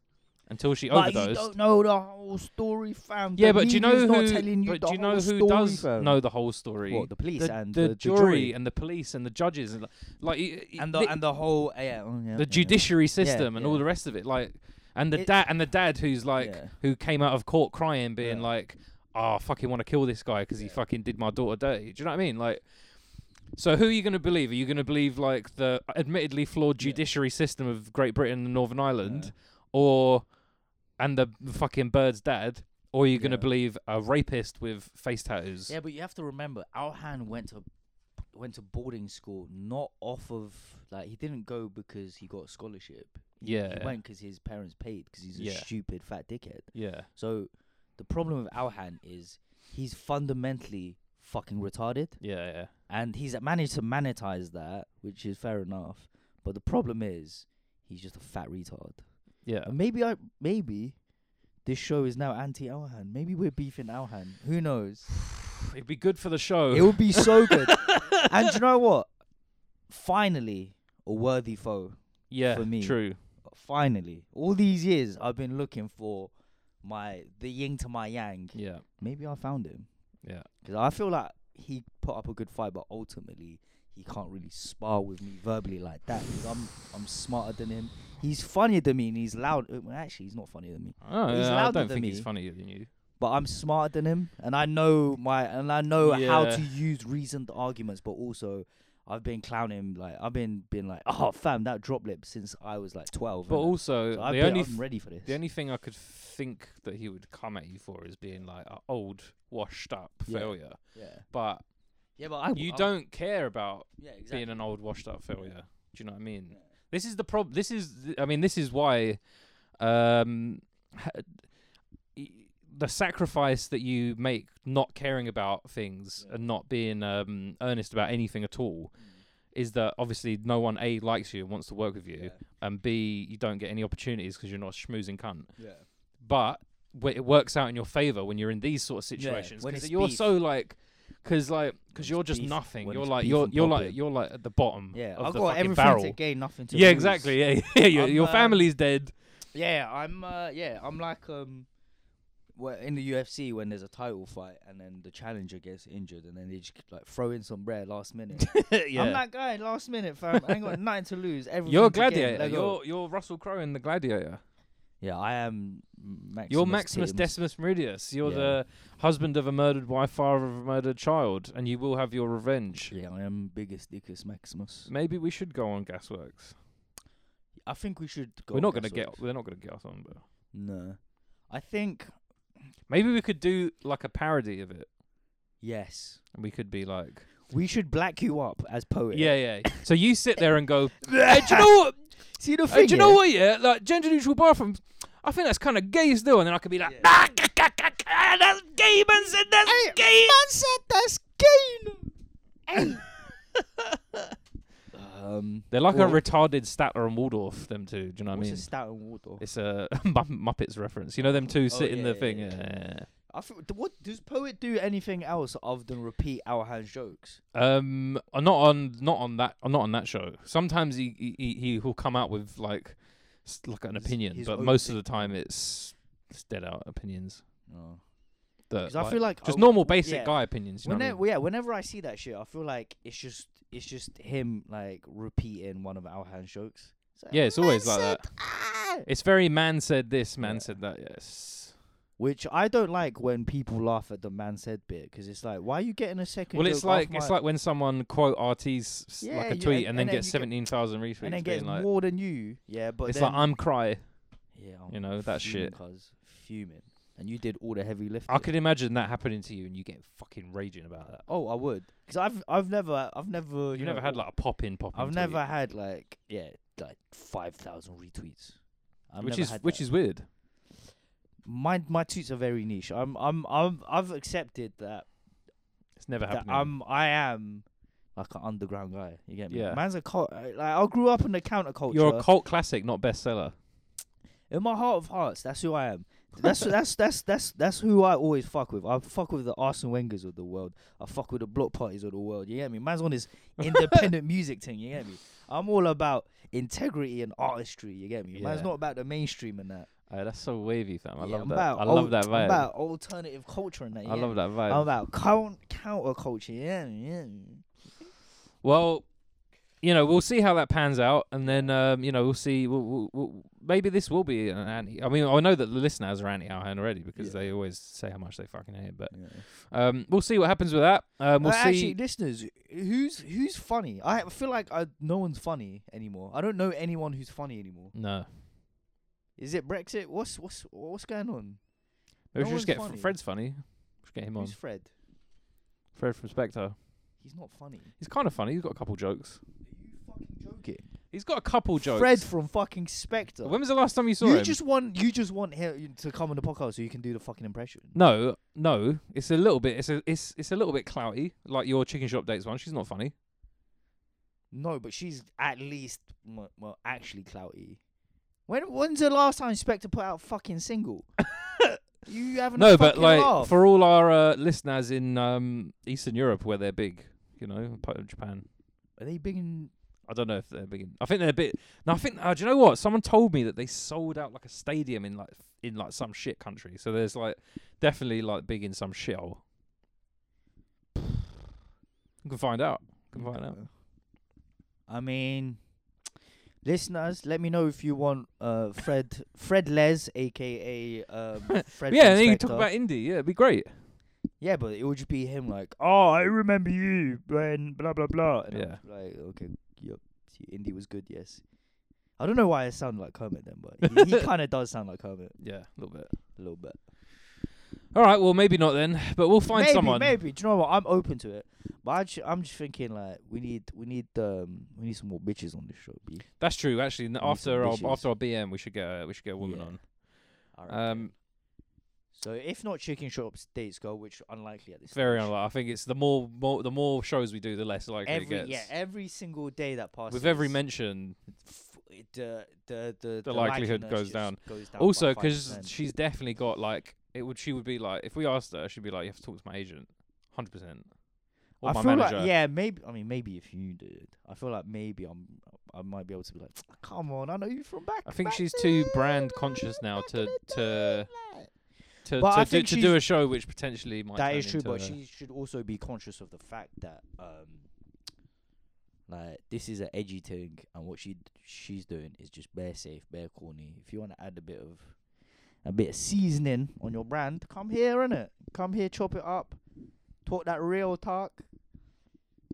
[SPEAKER 1] until she
[SPEAKER 2] Like, you
[SPEAKER 1] overdosed.
[SPEAKER 2] don't know the whole story, fam.
[SPEAKER 1] yeah,
[SPEAKER 2] The
[SPEAKER 1] but do you know
[SPEAKER 2] media's not
[SPEAKER 1] who?
[SPEAKER 2] telling you
[SPEAKER 1] but
[SPEAKER 2] the
[SPEAKER 1] do you know
[SPEAKER 2] whole
[SPEAKER 1] who
[SPEAKER 2] story,
[SPEAKER 1] does
[SPEAKER 2] fam.
[SPEAKER 1] know the whole story?
[SPEAKER 2] What, the police
[SPEAKER 1] the,
[SPEAKER 2] and
[SPEAKER 1] the
[SPEAKER 2] the,
[SPEAKER 1] jury, and the police and the judges and like, like y- y-
[SPEAKER 2] and the and the whole yeah, oh, yeah,
[SPEAKER 1] the
[SPEAKER 2] yeah.
[SPEAKER 1] judiciary system and all
[SPEAKER 2] yeah.
[SPEAKER 1] the rest of it. Like, and the
[SPEAKER 2] It-
[SPEAKER 1] dad and the dad who's like
[SPEAKER 2] Yeah.
[SPEAKER 1] who came out of court crying, being
[SPEAKER 2] Yeah.
[SPEAKER 1] like, "Oh, I fucking want to kill this guy because he fucking did my daughter dirty." Do you know what I mean? Like, so who are you going to believe? Are you going to believe like the admittedly flawed
[SPEAKER 2] Yeah.
[SPEAKER 1] judiciary system of Great Britain and Northern Ireland,
[SPEAKER 2] Yeah.
[SPEAKER 1] or and the fucking bird's dad? Or are you going to
[SPEAKER 2] Yeah.
[SPEAKER 1] believe a rapist with face tattoos?
[SPEAKER 2] Yeah, but you have to remember, Alhan went to went to boarding school not off of like he didn't go because he got a scholarship. He-
[SPEAKER 1] Yeah.
[SPEAKER 2] he went because his parents paid because he's a
[SPEAKER 1] Yeah.
[SPEAKER 2] stupid fat dickhead.
[SPEAKER 1] yeah.
[SPEAKER 2] So the problem with Alhan is he's fundamentally fucking retarded,
[SPEAKER 1] Yeah, yeah.
[SPEAKER 2] and he's managed to monetize that, which is fair enough. But the problem is he's just a fat retard.
[SPEAKER 1] Yeah.
[SPEAKER 2] And maybe I maybe. This show is now anti Alhan. Maybe we're beefing Alhan. Who knows?
[SPEAKER 1] It'd be good for the show.
[SPEAKER 2] It would be so good. and do you know what? Finally, a worthy foe.
[SPEAKER 1] yeah,
[SPEAKER 2] for me.
[SPEAKER 1] true.
[SPEAKER 2] Finally, all these years I've been looking for my the yin to my yang.
[SPEAKER 1] Yeah.
[SPEAKER 2] Maybe I found him
[SPEAKER 1] Yeah.
[SPEAKER 2] because I feel like he put up a good fight, but ultimately he can't really spar with me verbally like that. 'cause I'm I'm smarter than him. He's funnier than me, and he's loud. Well, actually, he's not funnier than me.
[SPEAKER 1] Oh,
[SPEAKER 2] He's
[SPEAKER 1] yeah, I
[SPEAKER 2] louder
[SPEAKER 1] don't
[SPEAKER 2] than
[SPEAKER 1] think he's
[SPEAKER 2] me.
[SPEAKER 1] funnier than you.
[SPEAKER 2] but I'm smarter than him, and I know my and I know how
[SPEAKER 1] Yeah.
[SPEAKER 2] to use reasoned arguments. But also, I've been clowning like I've been been like, oh fam, that drop lip since I was like twelve.
[SPEAKER 1] But
[SPEAKER 2] innit?"
[SPEAKER 1] also,
[SPEAKER 2] So I've
[SPEAKER 1] the
[SPEAKER 2] been,
[SPEAKER 1] only
[SPEAKER 2] I'm ready for this.
[SPEAKER 1] The only thing I could think that he would come at you for is being like an old, washed up
[SPEAKER 2] Yeah.
[SPEAKER 1] failure.
[SPEAKER 2] yeah,
[SPEAKER 1] But
[SPEAKER 2] yeah, but I
[SPEAKER 1] you
[SPEAKER 2] I-
[SPEAKER 1] don't care about
[SPEAKER 2] Yeah, exactly.
[SPEAKER 1] being an old, washed up failure. Do you know what I mean?
[SPEAKER 2] Yeah.
[SPEAKER 1] This is the problem. This is, th- I mean, this is why um, ha- y- the sacrifice that you make not caring about things
[SPEAKER 2] Yeah.
[SPEAKER 1] and not being um, earnest about anything at all is that obviously no one A likes you and wants to work with you,
[SPEAKER 2] yeah,
[SPEAKER 1] and B, you don't get any opportunities because you're not a schmoozing cunt.
[SPEAKER 2] yeah.
[SPEAKER 1] but w- it works out in your favor when you're in these sort of situations
[SPEAKER 2] when
[SPEAKER 1] because
[SPEAKER 2] it's
[SPEAKER 1] you're
[SPEAKER 2] beef.
[SPEAKER 1] so like because like because
[SPEAKER 2] it's
[SPEAKER 1] you're just
[SPEAKER 2] beef,
[SPEAKER 1] nothing
[SPEAKER 2] when
[SPEAKER 1] you're
[SPEAKER 2] it's
[SPEAKER 1] like
[SPEAKER 2] beef
[SPEAKER 1] you're
[SPEAKER 2] and
[SPEAKER 1] you're like
[SPEAKER 2] problem.
[SPEAKER 1] you're like at the bottom
[SPEAKER 2] Yeah,
[SPEAKER 1] of
[SPEAKER 2] I've
[SPEAKER 1] the
[SPEAKER 2] got
[SPEAKER 1] fucking
[SPEAKER 2] everything
[SPEAKER 1] barrel
[SPEAKER 2] to gain, nothing to
[SPEAKER 1] yeah
[SPEAKER 2] lose.
[SPEAKER 1] exactly yeah yeah your,
[SPEAKER 2] I'm,
[SPEAKER 1] your
[SPEAKER 2] uh,
[SPEAKER 1] family's dead
[SPEAKER 2] Yeah, I'm. Uh, yeah, I'm like um, well, in the UFC when there's a title fight and then the challenger gets injured and then they just like throw in some rare last minute.
[SPEAKER 1] yeah
[SPEAKER 2] I'm that guy last minute, fam. I ain't got nothing to lose. Everything
[SPEAKER 1] you're a
[SPEAKER 2] to gain.
[SPEAKER 1] gladiator
[SPEAKER 2] Let go.
[SPEAKER 1] you're you're russell crowe in the gladiator
[SPEAKER 2] Yeah, I am Maximus.
[SPEAKER 1] You're Maximus
[SPEAKER 2] Titimus.
[SPEAKER 1] Decimus Meridius. You're
[SPEAKER 2] Yeah.
[SPEAKER 1] the husband of a murdered wife, father of a murdered child, and you will have your revenge.
[SPEAKER 2] Yeah, I am biggest dickest Maximus.
[SPEAKER 1] Maybe we should go on Gasworks.
[SPEAKER 2] I think we should go.
[SPEAKER 1] we're not
[SPEAKER 2] going to
[SPEAKER 1] get. They're not going to get us on, but
[SPEAKER 2] No. I think
[SPEAKER 1] maybe we could do like a parody of it,
[SPEAKER 2] yes.
[SPEAKER 1] and we could be like,
[SPEAKER 2] We should black you up as poet.
[SPEAKER 1] yeah, yeah. so you sit there and go,
[SPEAKER 2] Yeah.
[SPEAKER 1] hey, do you know what?
[SPEAKER 2] See the thing.
[SPEAKER 1] Hey, do you know
[SPEAKER 2] yeah?
[SPEAKER 1] what? Yeah, like gender neutral bathrooms. I think that's kind of gay still, and then I could be like,
[SPEAKER 2] Yeah.
[SPEAKER 1] ah, ca- ca- ca- ca- that's gay, man said that's
[SPEAKER 2] Hey,
[SPEAKER 1] gay.
[SPEAKER 2] Man said that's gay. um,
[SPEAKER 1] They're like
[SPEAKER 2] Well-
[SPEAKER 1] a retarded Statler and Waldorf, them two. Do you know what I
[SPEAKER 2] what's
[SPEAKER 1] mean?
[SPEAKER 2] a stout and water?
[SPEAKER 1] It's a Mupp- Muppets reference. You know them two sit in
[SPEAKER 2] Oh, yeah,
[SPEAKER 1] the thing.
[SPEAKER 2] yeah,
[SPEAKER 1] Yeah.
[SPEAKER 2] I feel, d- what does poet do anything else other than repeat our hands jokes?
[SPEAKER 1] Um, uh, not on, not on that, uh, not on that show. Sometimes he he- he he will come out with like s- like an
[SPEAKER 2] His-
[SPEAKER 1] opinion,
[SPEAKER 2] his
[SPEAKER 1] but
[SPEAKER 2] own
[SPEAKER 1] most
[SPEAKER 2] thing.
[SPEAKER 1] of the time it's it's dead out opinions.
[SPEAKER 2] No.
[SPEAKER 1] That
[SPEAKER 2] Because I feel like
[SPEAKER 1] just
[SPEAKER 2] I-
[SPEAKER 1] normal basic
[SPEAKER 2] yeah.
[SPEAKER 1] guy opinions. You know what I
[SPEAKER 2] Whenever,
[SPEAKER 1] mean?
[SPEAKER 2] yeah, whenever I see that shit, I feel like it's just it's just him like repeating one of our hand jokes. It's like,
[SPEAKER 1] Yeah, it's always
[SPEAKER 2] "Man
[SPEAKER 1] like
[SPEAKER 2] said ah!"
[SPEAKER 1] It's very man said this, man
[SPEAKER 2] Yeah.
[SPEAKER 1] said that. Yes.
[SPEAKER 2] Which I don't like when people laugh at the man said bit because it's like, why are you getting a second?
[SPEAKER 1] Well, it's
[SPEAKER 2] joke off
[SPEAKER 1] like it's
[SPEAKER 2] my-
[SPEAKER 1] like when someone quote RT's s-
[SPEAKER 2] Yeah,
[SPEAKER 1] like
[SPEAKER 2] you-
[SPEAKER 1] a tweet
[SPEAKER 2] and-
[SPEAKER 1] and
[SPEAKER 2] and
[SPEAKER 1] then
[SPEAKER 2] then
[SPEAKER 1] gets
[SPEAKER 2] you get-
[SPEAKER 1] seventeen thousand retweets.
[SPEAKER 2] and then
[SPEAKER 1] being
[SPEAKER 2] gets
[SPEAKER 1] like,
[SPEAKER 2] more than you. Yeah, but
[SPEAKER 1] it's
[SPEAKER 2] then,
[SPEAKER 1] like I'm cry.
[SPEAKER 2] yeah,
[SPEAKER 1] you know, that shit.
[SPEAKER 2] Cause fuming, and you did all the heavy lifting.
[SPEAKER 1] I could imagine that happening to you and you get fucking raging about that.
[SPEAKER 2] Oh, I would, because I've I've never I've never
[SPEAKER 1] You've
[SPEAKER 2] you
[SPEAKER 1] never
[SPEAKER 2] know,
[SPEAKER 1] had like a pop in, pop in.
[SPEAKER 2] I've never had like yeah like five thousand retweets. I've
[SPEAKER 1] which
[SPEAKER 2] never
[SPEAKER 1] is
[SPEAKER 2] had
[SPEAKER 1] which
[SPEAKER 2] that.
[SPEAKER 1] is weird.
[SPEAKER 2] my my tweets are very niche. I'm I'm I'm I've accepted that,
[SPEAKER 1] It's never
[SPEAKER 2] that
[SPEAKER 1] happened.
[SPEAKER 2] I'm I am like an underground guy. You get me?
[SPEAKER 1] Yeah.
[SPEAKER 2] Man's a cult. Like I grew up in the counterculture.
[SPEAKER 1] You're a cult classic, not bestseller.
[SPEAKER 2] in my heart of hearts, that's who I am. That's that's that's that's that's who I always fuck with. I fuck with the Arsene Wenger's of the world. I fuck with the block parties of the world. You get me? Man's on his independent music thing. You get me? I'm all about integrity and artistry. You get me? Man's
[SPEAKER 1] Yeah.
[SPEAKER 2] not about the mainstream and that.
[SPEAKER 1] Uh, that's so wavy, fam. I
[SPEAKER 2] Yeah,
[SPEAKER 1] love
[SPEAKER 2] I'm
[SPEAKER 1] that.
[SPEAKER 2] about
[SPEAKER 1] I
[SPEAKER 2] al-
[SPEAKER 1] love that vibe.
[SPEAKER 2] I'm about alternative culture and that. you
[SPEAKER 1] I
[SPEAKER 2] get
[SPEAKER 1] love
[SPEAKER 2] me?
[SPEAKER 1] that vibe.
[SPEAKER 2] I'm about count counterculture. Yeah, yeah.
[SPEAKER 1] well, you know, we'll see how that pans out, and then um, you know, we'll see. We'll, we'll, we'll, maybe this will be an anti. I mean, I know that the listeners are anti Alhan already because
[SPEAKER 2] Yeah.
[SPEAKER 1] they always say how much they fucking hate. it, But
[SPEAKER 2] yeah.
[SPEAKER 1] um, we'll see what happens with that. Um, we'll
[SPEAKER 2] Uh,
[SPEAKER 1] see.
[SPEAKER 2] Actually, listeners, who's who's funny? I feel like I, no one's funny anymore. I don't know anyone who's funny anymore.
[SPEAKER 1] no,
[SPEAKER 2] Is it Brexit? What's what's what's going on?
[SPEAKER 1] maybe
[SPEAKER 2] No
[SPEAKER 1] we should
[SPEAKER 2] one's
[SPEAKER 1] just get Fr-
[SPEAKER 2] funny.
[SPEAKER 1] Fred's funny. We should get him on.
[SPEAKER 2] Who's Fred?
[SPEAKER 1] Fred from Spectre.
[SPEAKER 2] He's not funny.
[SPEAKER 1] He's kind of funny. He's got a couple jokes.
[SPEAKER 2] Are you fucking joking?
[SPEAKER 1] He's got a couple jokes.
[SPEAKER 2] Fred from fucking Spectre.
[SPEAKER 1] When was the last time you saw
[SPEAKER 2] you
[SPEAKER 1] him?
[SPEAKER 2] just want you just want him to come on the podcast so you can do the fucking impression.
[SPEAKER 1] No, no. It's a little bit. It's a. It's it's a little bit clouty. Like your chicken shop dates one. She's not funny.
[SPEAKER 2] No, but she's at least well, well actually clouty. When when's the last time Spectre put out a fucking single? you haven't.
[SPEAKER 1] No, but like
[SPEAKER 2] laugh.
[SPEAKER 1] for all our uh, listeners in um, Eastern Europe where they're big, you know, part of Japan.
[SPEAKER 2] are they big in?
[SPEAKER 1] I don't know if they're big. In, I think they're a bit. No, I think. Uh, do you know what? Someone told me that they sold out like a stadium in like in like some shit country. So there's like definitely like big in some shithole. You can find out. You can find out.
[SPEAKER 2] I mean, listeners, let me know if you want uh Fred Fred Les, aka um, Fred.
[SPEAKER 1] yeah,
[SPEAKER 2] from
[SPEAKER 1] and then you talk
[SPEAKER 2] Spectre.
[SPEAKER 1] about indie. Yeah, it'd be great.
[SPEAKER 2] Yeah, but it would just be him like, oh, I remember you when blah blah blah. And I'm
[SPEAKER 1] Yeah.
[SPEAKER 2] just like okay, yep. See, Indy was good, yes. I don't know why I sound like Kermit then, but he, he kind of does sound like Kermit
[SPEAKER 1] Yeah, a little bit.
[SPEAKER 2] a little bit.
[SPEAKER 1] All right, well, maybe not then, but we'll find
[SPEAKER 2] maybe,
[SPEAKER 1] someone.
[SPEAKER 2] Maybe. Do you know what? I'm open to it, but I ju- I'm just thinking like we need we need um we need some more bitches on this show. B.
[SPEAKER 1] That's true. Actually, n-
[SPEAKER 2] need some
[SPEAKER 1] after our,
[SPEAKER 2] bitches.
[SPEAKER 1] after our BM, we should get a, we should get a woman
[SPEAKER 2] Yeah.
[SPEAKER 1] on.
[SPEAKER 2] All
[SPEAKER 1] Um,
[SPEAKER 2] so if not chicken shop dates go, which unlikely at this.
[SPEAKER 1] very
[SPEAKER 2] stage.
[SPEAKER 1] unlikely. I think it's the more, more the more shows we do, the less likely
[SPEAKER 2] Every
[SPEAKER 1] it gets.
[SPEAKER 2] yeah, every single day that passes
[SPEAKER 1] With every mention,
[SPEAKER 2] f- it, the, the the
[SPEAKER 1] likelihood
[SPEAKER 2] likeliness
[SPEAKER 1] goes
[SPEAKER 2] just
[SPEAKER 1] down.
[SPEAKER 2] Goes down by
[SPEAKER 1] Also 'cause also because
[SPEAKER 2] 5%.
[SPEAKER 1] she's definitely got like it would. She would be like, if we asked her, she'd be like, you have to talk to my agent, hundred percent, or
[SPEAKER 2] I
[SPEAKER 1] my
[SPEAKER 2] feel
[SPEAKER 1] manager.
[SPEAKER 2] Like, yeah, maybe. I mean, maybe if you did, I feel like maybe I'm. I might be able to be like, come on, I know you from back.
[SPEAKER 1] I think
[SPEAKER 2] back
[SPEAKER 1] she's
[SPEAKER 2] in
[SPEAKER 1] too
[SPEAKER 2] the
[SPEAKER 1] brand
[SPEAKER 2] day,
[SPEAKER 1] conscious now
[SPEAKER 2] back
[SPEAKER 1] to-
[SPEAKER 2] in the
[SPEAKER 1] to-
[SPEAKER 2] day, like."
[SPEAKER 1] To
[SPEAKER 2] But I
[SPEAKER 1] to do,
[SPEAKER 2] think
[SPEAKER 1] to do
[SPEAKER 2] she's-
[SPEAKER 1] a show which potentially might.
[SPEAKER 2] That
[SPEAKER 1] turn
[SPEAKER 2] is true,
[SPEAKER 1] into
[SPEAKER 2] but
[SPEAKER 1] a-
[SPEAKER 2] she should also be conscious of the fact that um, Like this is an edgy thing, and what she d- she's doing is just bare safe, bare corny. If you want to add a bit of a bit of seasoning on your brand, come here, innit? Come here, chop it up, talk that real talk.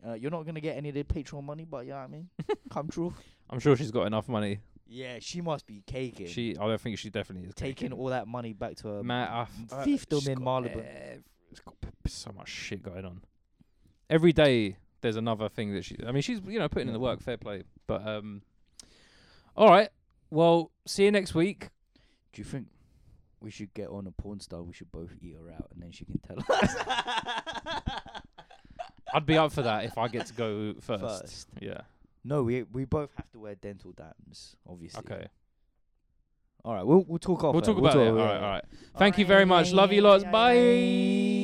[SPEAKER 2] Uh, you're not gonna get any of the Patreon money, but you know what I mean. come true.
[SPEAKER 1] I'm sure she's got enough money.
[SPEAKER 2] Yeah, she must be caking,
[SPEAKER 1] She, I don't think she definitely is
[SPEAKER 2] taking all that money back to her.
[SPEAKER 1] Matt, I, I-
[SPEAKER 2] Fiefdom
[SPEAKER 1] she's
[SPEAKER 2] in
[SPEAKER 1] got
[SPEAKER 2] Malibu.
[SPEAKER 1] ev- It's got p- p- so much shit going on. Every day there's another thing that she. I mean, she's you know putting in the
[SPEAKER 2] Yeah.
[SPEAKER 1] work. Fair play, but um, all right. Well, see you next week.
[SPEAKER 2] Do you think we should get on a porn star? We should both eat her out, and then she can tell us.
[SPEAKER 1] I'd be up for that if I get to go first.
[SPEAKER 2] First.
[SPEAKER 1] Yeah.
[SPEAKER 2] No, we we both have to wear dental dams, obviously.
[SPEAKER 1] Okay.
[SPEAKER 2] All right, we'll we'll talk off.
[SPEAKER 1] Oh, We'll
[SPEAKER 2] air,
[SPEAKER 1] talk about it. All right.
[SPEAKER 2] yeah,
[SPEAKER 1] All
[SPEAKER 2] yeah.
[SPEAKER 1] right. Thank you very much. Love you lots. Bye.